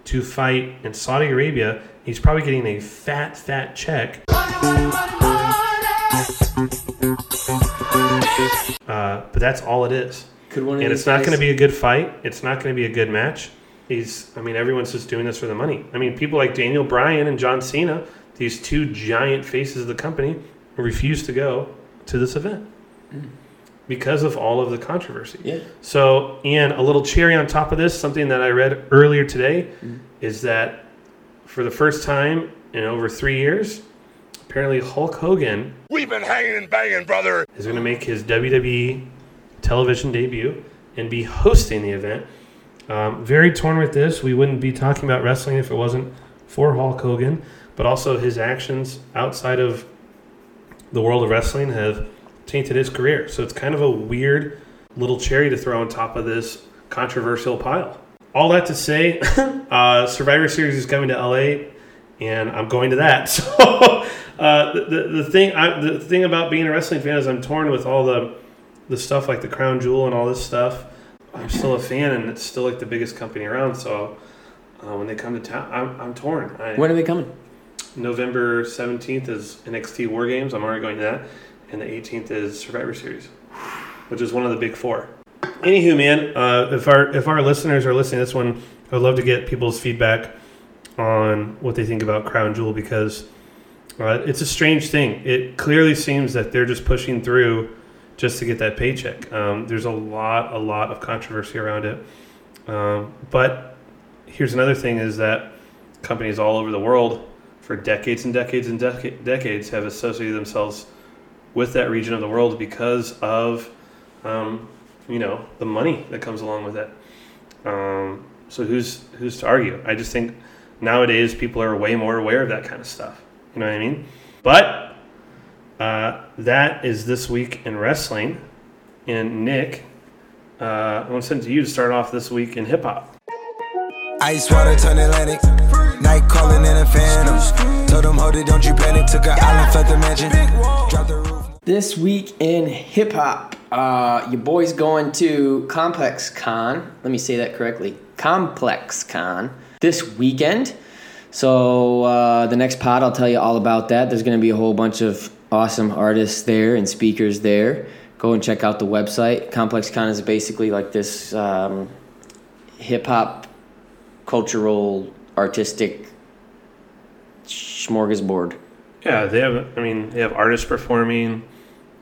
to fight in Saudi Arabia, he's probably getting a fat, fat check. Uh, but that's all it is. Could one of And these it's not guys- going to be a good fight. It's not going to be a good match. He's, I mean, everyone's just doing this for the money. I mean, people like Daniel Bryan and John Cena, these two giant faces of the company, refuse to go to this event because of all of the controversy. Hmm. Yeah. So, and a little cherry on top of this, something that I read earlier today Hmm. is that for the first time in over three years, apparently Hulk Hogan We've been hanging and banging, brother. is going to make his WWE television debut and be hosting the event. Um, very torn with this. We wouldn't be talking about wrestling if it wasn't for Hulk Hogan, but also his actions outside of the world of wrestling have tainted his career. So it's kind of a weird little cherry to throw on top of this controversial pile. All that to say, uh, Survivor Series is coming to LA, and I'm going to that. So uh, the, the the thing I, the thing about being a wrestling fan is I'm torn with all the the stuff like the crown jewel and all this stuff. I'm still a fan, and it's still like the biggest company around. So uh, when they come to town, I'm, I'm torn. I, When are they coming? November 17th is NXT War Games. I'm already going to that. And the 18th is Survivor Series, which is one of the big four. Anywho, man, uh, if our if our listeners are listening to this one, I'd love to get people's feedback on what they think about Crown Jewel because uh, it's a strange thing. It clearly seems that they're just pushing through just to get that paycheck. Um, there's a lot, a lot of controversy around it. Um, but here's another thing: is that companies all over the world for decades and decades and dec- decades have associated themselves with that region of the world because of um, you know the money that comes along with it. Um, so who's who's to argue? I just think nowadays people are way more aware of that kind of stuff. You know what I mean? But uh, that is this week in wrestling. And Nick, uh, I want to send it to you to start off this week in hip hop. Ice water turn Atlantic. Night calling in a phantom. Told them, hold it, don't you panic. Took an island, fled the mansion. Drop the roof. This week in hip hop, uh, your boy's going to Complex Con. Let me say that correctly. Complex Con this weekend. So uh, the next pod, I'll tell you all about that. There's going to be a whole bunch of awesome artists there and speakers there. Go and check out the website. Complex Con is basically like this um, hip hop, cultural, artistic smorgasbord. Yeah, they have. I mean, they have artists performing.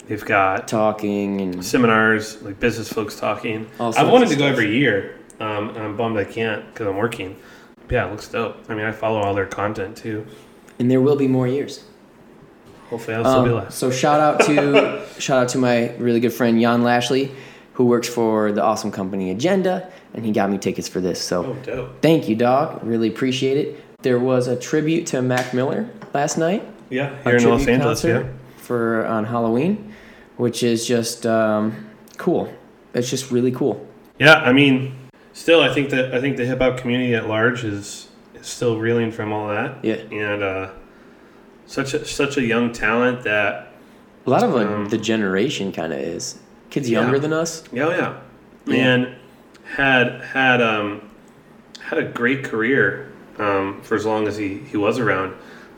They've got Talking and seminars, like business folks talking. All I've sorts wanted of to go stuff. every year, um, and I'm bummed I can't because I'm working. Yeah, it looks dope. I mean, I follow all their content too. and there will be more years. Hopefully, I'll still be Um, last. so shout out to shout out to my really good friend Jan Lashley, who works for the awesome company Agenda, and he got me tickets for this. So Oh, dope. thank you, dog. Really appreciate it. There was a tribute to Mac Miller last night. Yeah, here a in Los tribute Angeles. concert Yeah. For on Halloween, which is just um, cool. It's just really cool. Yeah, I mean, still, I think that I think the hip hop community at large is, is still reeling from all that. Yeah. and uh, such a, such a young talent that A lot of like, Um, the generation kind of is kids Yeah. younger than us. yeah oh, yeah, man had had um had a great career um, for as long as he he was around,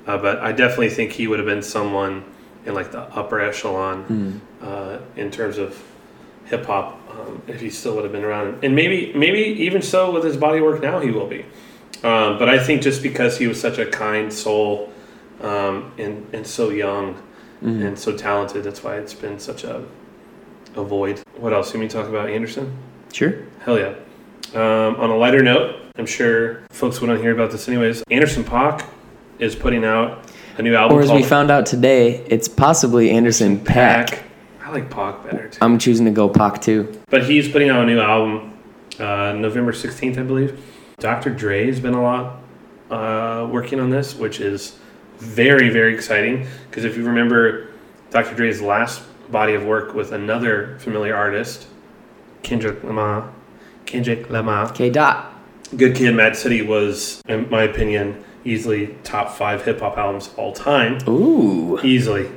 uh, but I definitely think he would have been someone in like the upper echelon uh, in terms of hip hop um, if he still would have been around. And maybe maybe even so with his body work now he will be. Um, but I think just because he was such a kind soul um, and and so young and so talented, that's why it's been such a a void. What else? You mean talk about Anderson? Sure. Hell yeah. Um, on a lighter note, I'm sure folks wouldn't hear about this anyways. Anderson Pock is putting out a new album Or as called we found out today, it's possibly Anderson Pack. Pack. I like Pock better too. I'm choosing to go Pac too. But he's putting out a new album uh, November 16th, I believe. Dr. Dre has been a lot uh, working on this, which is very, very exciting. Because if you remember Dr. Dre's last body of work with another familiar artist, Kendrick Lamar. Kendrick Lamar. K dot. Good Kid, Mad City was, in my opinion, easily top five hip hop albums of all time. Ooh. Easily,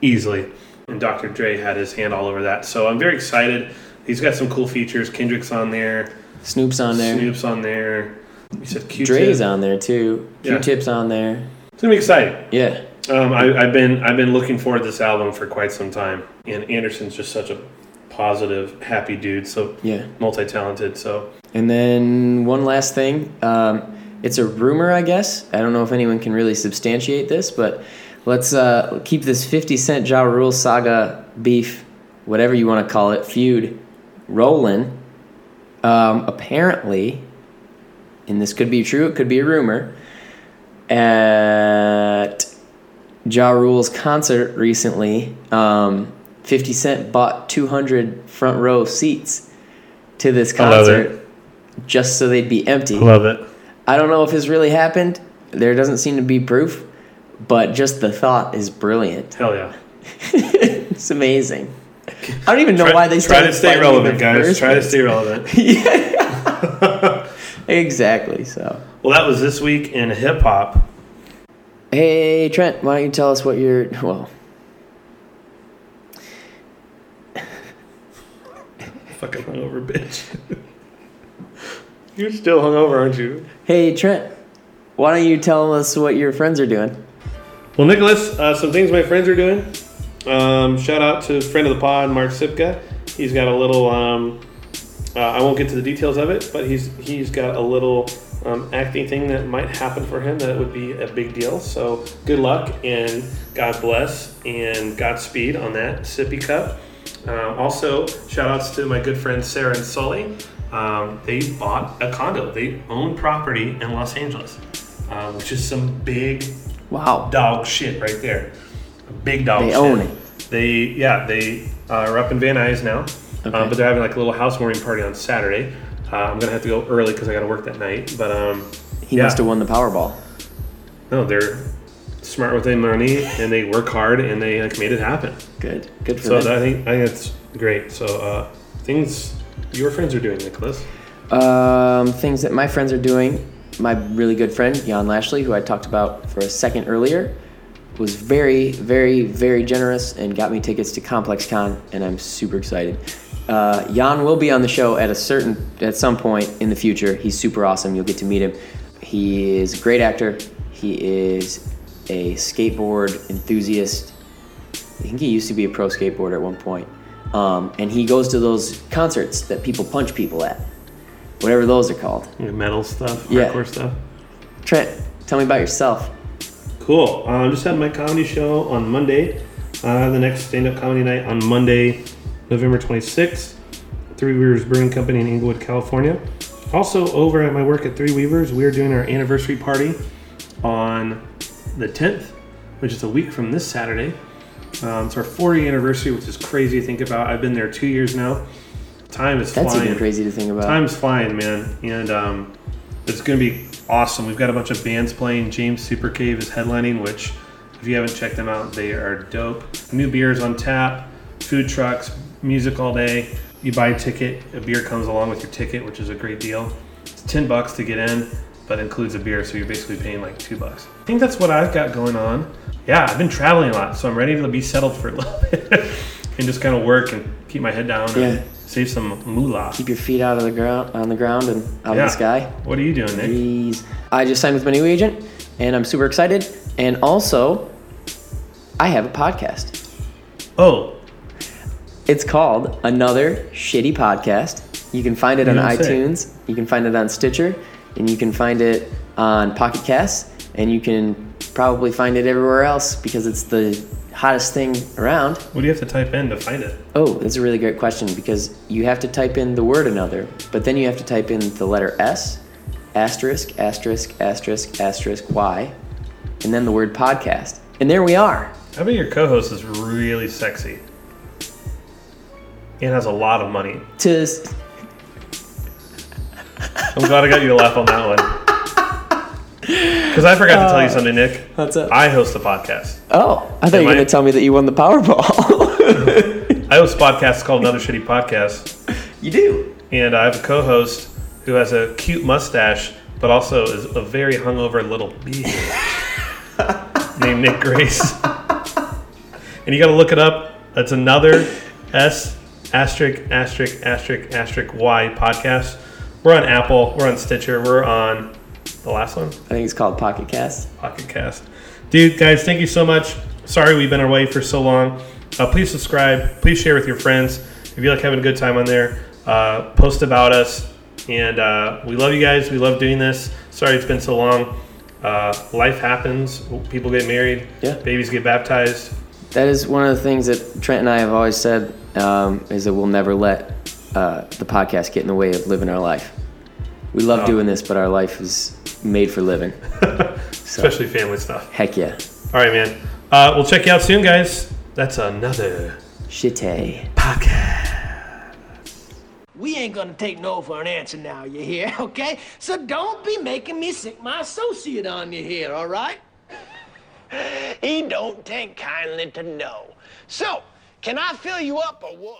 easily. And Dr. Dre had his hand all over that. So I'm very excited. He's got some cool features. Kendrick's on there. Snoop's on there. Snoop's on there. You said Q-Tip. Dre's on there too. Yeah. Q-Tip's on there. It's gonna be exciting. Yeah. Um, I, I've been I've been looking forward to this album for quite some time. And Anderson's just such a positive, happy dude. So Yeah. multi-talented. So And then one last thing. Um, it's a rumor, I guess. I don't know if anyone can really substantiate this, but Let's uh, keep this 50 Cent Ja Rule saga beef, whatever you want to call it, feud rolling. Um, apparently, and this could be true, it could be a rumor, at Ja Rule's concert recently, um, 50 Cent bought 200 front row seats to this I love it. concert just so they'd be empty. Love it. I don't know if this really happened. There doesn't seem to be proof, but just the thought is brilliant. Hell yeah. It's amazing. I don't even know why they try started to stay fighting in relevant, the guys. first Try to place. stay relevant. exactly. So, Well, that was this week in hip hop. hey Trent, why don't you tell us what your well? Fucking hungover, bitch. You're still hungover, aren't you? Hey Trent, why don't you tell us what your friends are doing? Well, Nicholas, uh, some things my friends are doing. Um, shout out to friend of the pod, Mark Sipka. He's got a little. Um, uh, I won't get to the details of it, but he's he's got a little um, acting thing that might happen for him that would be a big deal. So good luck and God bless and Godspeed on that sippy cup. Um, also, shout outs to my good friends Sarah and Sully. Um, they bought a condo. They own property in Los Angeles, uh, which is some big Wow. dog shit right there. Big dog They shit. own it. They, yeah, they uh, are up in Van Nuys now, Um Okay. but they're having like a little housewarming party on Saturday. Uh, I'm gonna have to go early because I gotta work that night. But um, He yeah. must have won the Powerball. No, they're smart with their money and they work hard and they like made it happen. Good. Good for So them. I think I think that's great. So uh, things your friends are doing, Nicholas. Um, things that my friends are doing. My really good friend, Jan Lashley, who I talked about for a second earlier, was very, very, very generous and got me tickets to Complex Con, and I'm super excited. Uh, Jan will be on the show at a certain, at some point in the future. He's super awesome. You'll get to meet him. He is a great actor. He is a skateboard enthusiast. I think he used to be a pro skateboarder at one point. Um, and he goes to those concerts that people punch people at whatever those are called. Your metal stuff, Yeah. hardcore stuff. Trent, tell me about yourself. Cool. I um, just had my comedy show on Monday. Uh, the next stand up comedy night on Monday, November 26th, Three Weavers Brewing Company in Inglewood, California. Also, over at my work at Three Weavers, we are doing our anniversary party on the 10th, which is a week from this Saturday. Um, it's our 40th anniversary, which is crazy to think about. I've been there two years now. Time is That's flying. even crazy to think about. Time's flying, man, and um, it's gonna be awesome. We've got a bunch of bands playing. James Super Cave is headlining, which if you haven't checked them out, they are dope. New beers on tap, food trucks, music all day. You buy a ticket, a beer comes along with your ticket, which is a great deal. It's ten bucks to get in, but includes a beer, so you're basically paying like two bucks. I think that's what I've got going on. Yeah, I've been traveling a lot, so I'm ready to be settled for a little bit and just kind of work and keep my head down Yeah. and save some moolah. Keep your feet out of the ground, on the ground, and out of the sky. What are you doing, Nick? Jeez. I just signed with my new agent, and I'm super excited. And also, I have a podcast. Oh, It's called Another Shitty Podcast. You can find it on don't say. iTunes. You can find it on Stitcher, and you can find it on Pocket Casts, and you can probably find it everywhere else because it's the hottest thing around. what do you have to type in to find it? Oh, that's a really great question because you have to type in the word another, but then you have to type in the letter S, asterisk, asterisk, asterisk, asterisk, Y, and then the word podcast. And there we are. I bet your co-host is really sexy and has a lot of money. To s- I'm glad I got you to laugh on that one. Because I forgot to tell you something, Nick. Uh, what's up? I host a podcast. oh, I thought you were I- going to tell me that you won the Powerball. I host a podcast called Another Shitty Podcast, you do. and I have a co-host who has a cute mustache, but also is a very hungover little bitch named Nick Grace. and you got to look it up. That's another S asterisk asterisk asterisk asterisk Y podcast. We're on Apple. We're on Stitcher. We're on the last one, I think it's called Pocket Cast. Pocket Cast. Dude, guys, thank you so much. Sorry we've been away for so long. Uh, please subscribe. Please share with your friends. If you like having a good time on there, uh, post about us. And uh, we love you guys. We love doing this. Sorry it's been so long. Uh, life happens. People get married. Yeah. Babies get baptized. That is one of the things that Trent and I have always said um, is that we'll never let uh, the podcast get in the way of living our life. We love doing this, but our life is made for living. Especially family stuff. Heck yeah. All right, man. Uh, we'll check you out soon, guys. That's another. Shitay. We ain't gonna take no for an answer now, you hear, okay? So don't be making me sick my associate on you here, all right? he don't take kindly to no. So, can I fill you up or what?